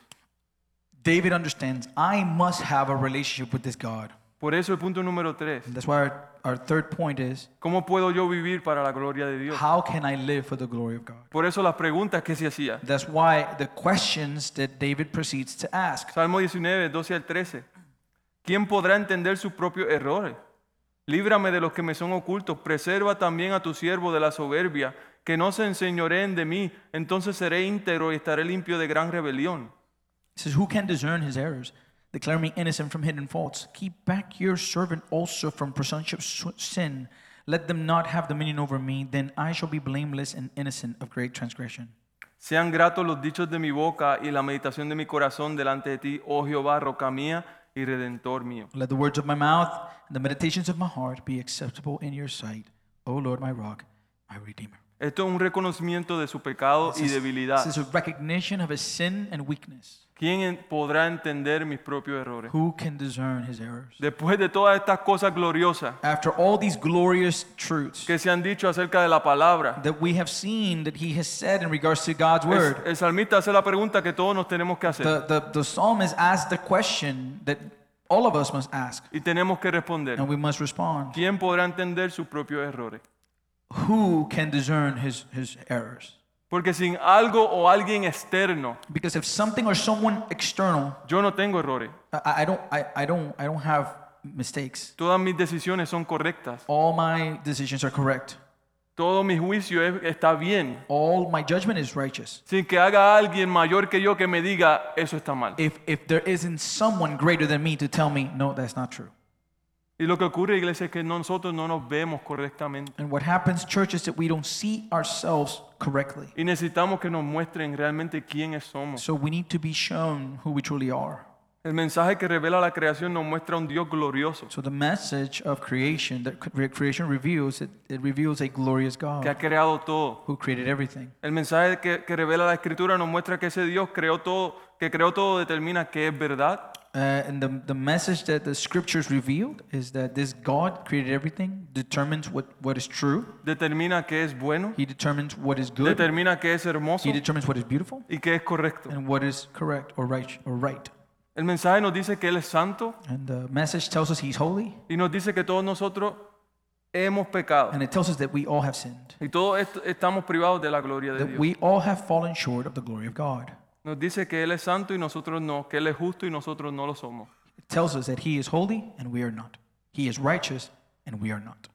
C: David understands I must have a relationship with this God.
B: Por eso el punto número tres.
C: And that's why our, our third point is
B: ¿Cómo puedo yo vivir para la gloria de Dios?
C: how can I live for the glory of God?
B: Por eso las preguntas que se hacía.
C: That's why the questions that David proceeds to ask.
B: Salmo 19, 12 al 13. ¿Quién podrá entender sus propios errores? Líbrame de los que me son ocultos. Preserva también a tu siervo de la soberbia, que no se enseñoreen de mí. Entonces seré íntegro y estaré limpio de gran rebelión.
C: He says, Who can discern his errors? Declare me innocent from hidden faults. Keep back your servant also from presumptuous su- sin. Let them not have dominion over me. Then I shall be blameless and innocent of great transgression.
B: Sean gratos los dichos de mi boca y la meditación de mi corazón delante de ti, oh Jehová, roca mía y redentor mío.
C: Let the words of my mouth and the meditations of my heart be acceptable in your sight, O Lord, my rock, my redeemer.
B: Esto es un reconocimiento de su pecado y debilidad.
C: This is a recognition of his sin and weakness.
B: ¿Quién en- podrá entender mis propios errores?
C: Who can discern his errors?
B: Después de todas estas cosas gloriosas
C: After all these glorious truths
B: que se han dicho acerca de la palabra,
C: that we have seen that he has said in regards to God's
B: El-
C: word,
B: El salmista hace la pregunta que todos nos tenemos que hacer
C: The, the, the psalmist asked the question that all of us must ask,
B: y tenemos que responder.
C: and we must respond.
B: ¿Quién podrá entender sus propios errores?
C: Who can discern his, his errors?
B: Porque sin algo o alguien externo,
C: Because if something or someone external,
B: yo no tengo errores.
C: I, I, don't, I, I, don't, I don't have mistakes.
B: Todas mis decisiones son correctas.
C: All my decisions are correct.
B: Todo mi juicio es- está bien.
C: All my judgment is righteous.
B: Sin que haga alguien mayor que yo que me diga, eso está mal.
C: If, if there isn't someone greater than me to tell me, no, that's not true.
B: Y lo que ocurre, iglesia, es que no- nosotros no nos vemos correctamente.
C: And what happens, church, is that we don't see ourselves correctly.
B: Y necesitamos que nos muestren realmente quiénes somos.
C: So we need to be shown who we truly are.
B: El mensaje que revela la creación nos muestra un Dios glorioso,
C: So the message of creation, that cre- creation reveals, it, it reveals a glorious
B: que ha
C: God
B: creado todo.
C: who created everything.
B: El mensaje que, que revela la escritura nos muestra que ese Dios creó todo, que creó todo determina que es verdad,
C: Uh, and the, the message that the scriptures revealed is that this God created everything, determines what, what is true,
B: determina que es bueno,
C: He determines what is good,
B: determina que es hermoso
C: He determines what is beautiful,
B: y que es correcto.
C: and what is correct or right. Or right.
B: El mensaje nos dice que Él es santo
C: And the message tells us He's holy,
B: y nos dice que todos nosotros hemos pecado
C: and it tells us that we all have sinned,
B: y todos est- estamos privados de la gloria de
C: that
B: Dios.
C: we all have fallen short of the glory of God.
B: Nos dice que Él es santo y nosotros no, que Él es justo y nosotros no lo somos.
C: It tells us that He is holy and we are not. He is righteous and we are not.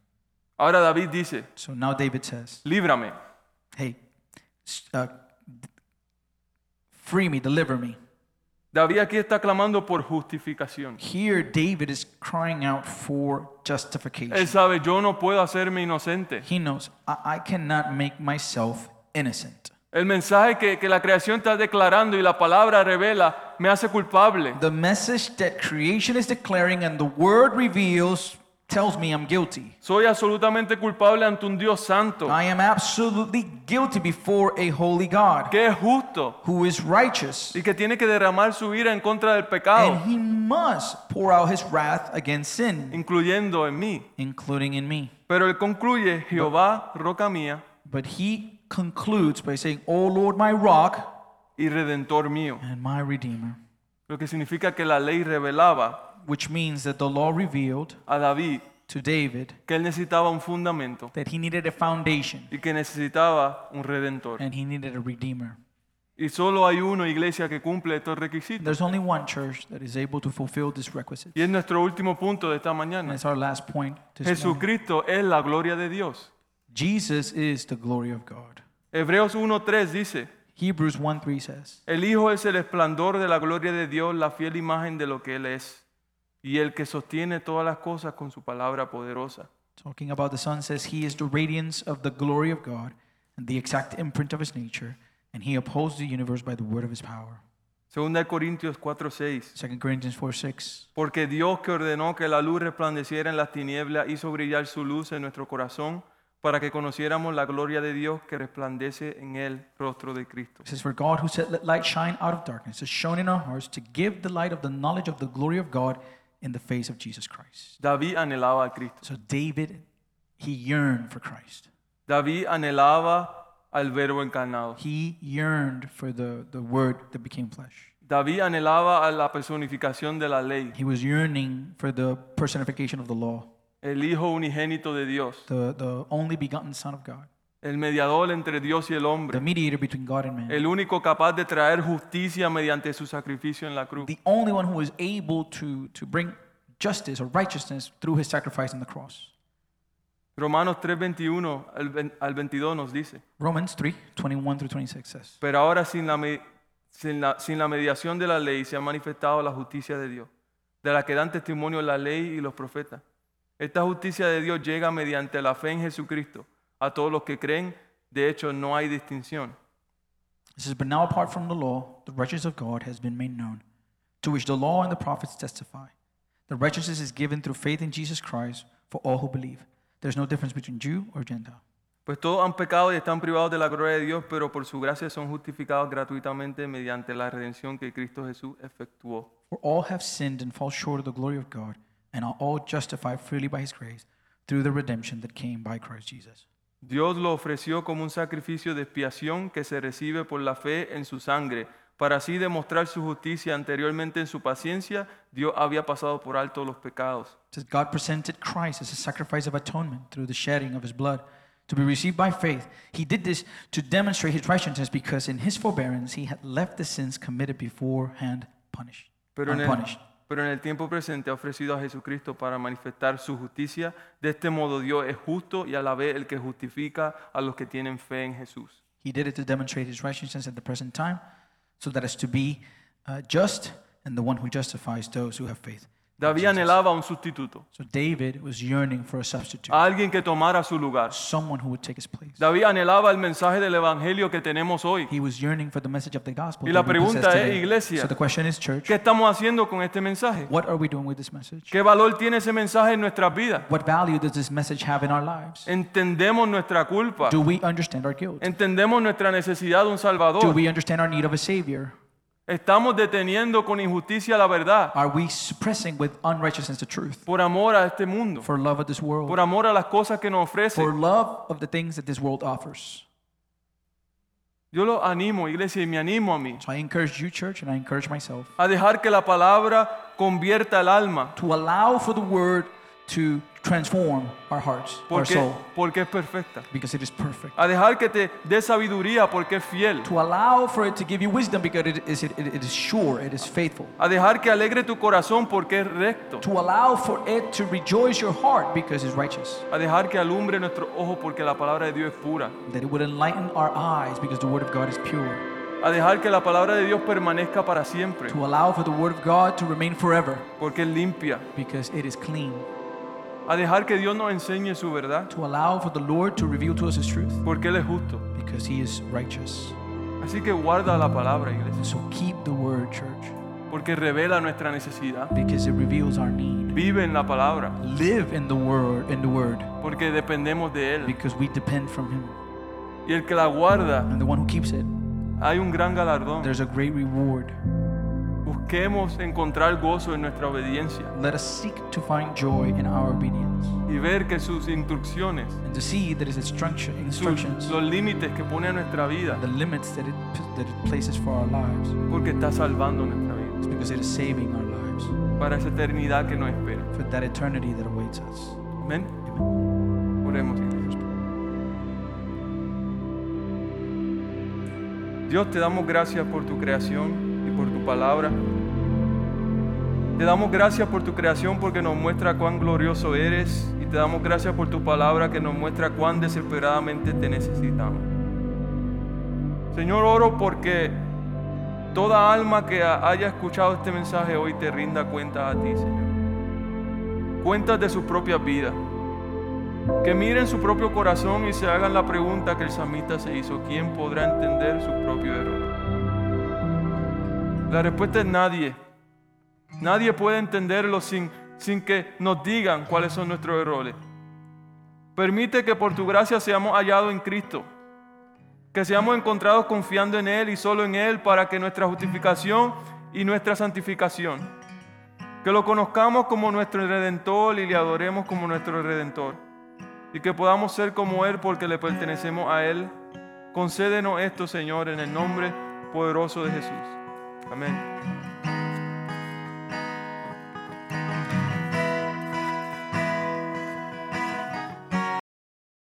B: Ahora David dice,
C: So now David says,
B: líbrame,
C: Hey, s- uh, free me, deliver me.
B: David aquí está clamando por justificación.
C: Here, David is crying out for
B: Él
C: justification.
B: sabe, yo no puedo hacerme inocente.
C: He knows, I, I cannot make myself innocent.
B: El mensaje que, que la creación está declarando y la palabra revela me hace culpable.
C: The message that creation is declaring and the word reveals tells me I'm guilty.
B: Soy absolutamente culpable ante un Dios santo,
C: I am absolutely guilty before a holy God
B: que es justo
C: who is righteous.
B: y que tiene que derramar su ira en contra del pecado,
C: And he must pour out his wrath against sin,
B: incluyendo en mí.
C: including in me.
B: Pero él concluye, Jehová, roca mía
C: But he concludes by saying, O Lord, my rock
B: y redentor mío,
C: and my redeemer,
B: lo que significa que la ley revelaba
C: which means that the law revealed
B: a David
C: to David
B: que él necesitaba un fundamento
C: that he needed a foundation
B: y que necesitaba un redentor.
C: and he needed a redeemer.
B: Y solo hay una iglesia que cumple estos requisitos.
C: There's only one church that is able to fulfill this requisite.
B: Y es nuestro último punto de esta
C: And
B: mañana.
C: it's our last point. This morning.
B: Jesucristo es la gloria de Dios.
C: Jesus is the glory of God.
B: Hebreos 1.3 dice,
C: Hebrews 1 3 says,
B: el Hijo es el esplendor de la gloria de Dios, la fiel imagen de lo que Él es, y el que sostiene todas las cosas con su palabra poderosa.
C: talking about the Son, says, He is the radiance of the glory of God and the exact imprint of His nature, and He upholds the universe by the word of His power.
B: Segunda de Corintios 4.6,
C: 2 Corinthians 4 6.
B: porque Dios que ordenó que la luz resplandeciera en las tinieblas hizo brillar su luz en nuestro corazón para que conociéramos la gloria de Dios que resplandece en el rostro de Cristo.
C: It says, For God who said, Let light shine out of darkness, has shone in our hearts to give the light of the knowledge of the glory of God in the face of Jesus Christ.
B: David anhelaba a Cristo.
C: So David, he yearned for Christ.
B: David anhelaba al verbo encarnado.
C: He yearned for the, the word that became flesh.
B: David anhelaba a la personificación de la ley,
C: He was yearning for the personification of the law,
B: el Hijo unigénito de Dios,
C: the, the only begotten Son of God,
B: el mediador entre Dios y el
C: the
B: hombre,
C: mediator between God and man,
B: el único capaz de traer justicia mediante su sacrificio en la cruz.
C: the only one who was able to, to bring justice or righteousness through his sacrifice on the cross.
B: Romanos 3:21 al ven- al 22 nos dice,
C: Romans 3 21 through 26 says,
B: pero ahora sin la, me- sin la- sin la mediación de la ley se ha manifestado la justicia de Dios, de la que dan testimonio la ley y los profetas. Esta justicia de Dios llega mediante la fe en Jesucristo a todos los que creen, de hecho no hay distinción.
C: It says, But now apart from the law, the righteousness of God has been made known, to which the law and the prophets testify. The righteousness is given through faith in Jesus Christ for all who believe. There's no difference between Jew or Gentile.
B: Pues todos han pecado y están privados de la gloria de Dios, pero por su gracia son justificados gratuitamente mediante la redención que Cristo Jesús efectuó.
C: For all have sinned and fall short of the glory of God, and are all justified freely by his grace through the redemption that came by Christ Jesus.
B: Dios lo ofreció como un sacrificio de expiación que se recibe por la fe en su sangre. Para así demostrar su justicia anteriormente en su paciencia, Dios había pasado por alto los pecados.
C: It says, God presented Christ as a sacrifice of atonement through the shedding of his blood to be received by faith. He did this to demonstrate his righteousness because in his forbearance he had left the sins committed beforehand punished.
B: Pero en, el,
C: unpunished.
B: pero en el tiempo presente ha ofrecido a Jesucristo para manifestar su justicia. De este modo Dios es justo y a la vez el que justifica a los que tienen fe en Jesús.
C: He did it to demonstrate his righteousness at the present time, so that as to be uh, just and the one who justifies those who have faith.
B: David anhelaba un sustituto,
C: So David was yearning for a substitute,
B: a alguien que tomara su lugar.
C: someone who would take his place.
B: David anhelaba el mensaje del Evangelio que tenemos hoy.
C: He was yearning for the message of the gospel.
B: Y la
C: that we possess
B: pregunta es,
C: today.
B: iglesia,
C: so the question is, church,
B: ¿Qué estamos haciendo con este mensaje?
C: what are we doing with this message?
B: ¿Qué valor tiene ese mensaje en nuestras vidas?
C: What value does this message have in our lives?
B: Entendemos nuestra culpa.
C: Do we understand our guilt?
B: Entendemos nuestra necesidad de un
C: Do
B: Salvador.
C: we understand our need of a Savior?
B: Estamos deteniendo con injusticia la verdad
C: Are we suppressing with unrighteousness the truth
B: por amor a este mundo,
C: for love of this world,
B: por amor a las cosas que nos ofrece.
C: for love of the things that this world offers?
B: Yo los animo, iglesia, y me animo a mí
C: So I encourage you, church, and I encourage myself
B: a dejar que la palabra convierta el alma,
C: to allow for the word to transform our hearts, our
B: porque,
C: soul,
B: porque es perfecta.
C: because it is perfect.
B: A dejar que te dé sabiduría, porque es fiel.
C: To allow for it to give you wisdom, because it is, it, it is sure, it is faithful.
B: A dejar que alegre tu corazón, porque es recto.
C: To allow for it to rejoice your heart, because it's righteous.
B: A dejar que alumbre nuestro ojo, porque la palabra de Dios es pura.
C: That it would enlighten our eyes, because the word of God is pure.
B: a dejar que la palabra de Dios permanezca para siempre,
C: To allow for the word of God to remain forever,
B: porque es limpia,
C: because it is clean.
B: a dejar que Dios nos enseñe su verdad,
C: To allow for the Lord to reveal to us His truth,
B: porque Él es justo.
C: because He is righteous.
B: Así que guarda la palabra, iglesia,
C: And so keep the word, church,
B: porque revela nuestra necesidad.
C: because it reveals our need.
B: Vive en la palabra,
C: Live in the word, in the word,
B: porque dependemos de Él.
C: because we depend from Him.
B: Y el que la guarda,
C: And the one who keeps it,
B: hay un gran galardón.
C: there's a great reward.
B: Busquemos encontrar gozo en nuestra obediencia
C: Let us seek to find joy in our obedience,
B: y ver que sus instrucciones,
C: and to see that His instruction,
B: sus-
C: instructions,
B: los límites que pone a nuestra vida,
C: the limits that it that it places for our lives,
B: porque está salvando nuestra vida
C: is because it is saving our lives
B: para esa eternidad que nos espera.
C: for that eternity that awaits us.
B: Amén.
C: Amen.
B: Oremos. iglesia. Dios, te damos gracias por tu creación y por tu palabra. Te damos gracias por tu creación porque nos muestra cuán glorioso eres y te damos gracias por tu palabra que nos muestra cuán desesperadamente te necesitamos. Señor, oro porque toda alma que ha- haya escuchado este mensaje hoy te rinda cuentas a ti, Señor. Cuentas de sus propias vidas que miren su propio corazón y se hagan la pregunta que el samita se hizo, ¿quién podrá entender su propio error? La respuesta es nadie. Nadie puede entenderlo sin, sin que nos digan cuáles son nuestros errores. Permite que por tu gracia seamos hallados en Cristo, que seamos encontrados confiando en Él y solo en Él para que nuestra justificación y nuestra santificación, que lo conozcamos como nuestro Redentor y le adoremos como nuestro Redentor y que podamos ser como Él porque le pertenecemos a Él. Concédenos esto, Señor, en el nombre poderoso de Jesús. Amén.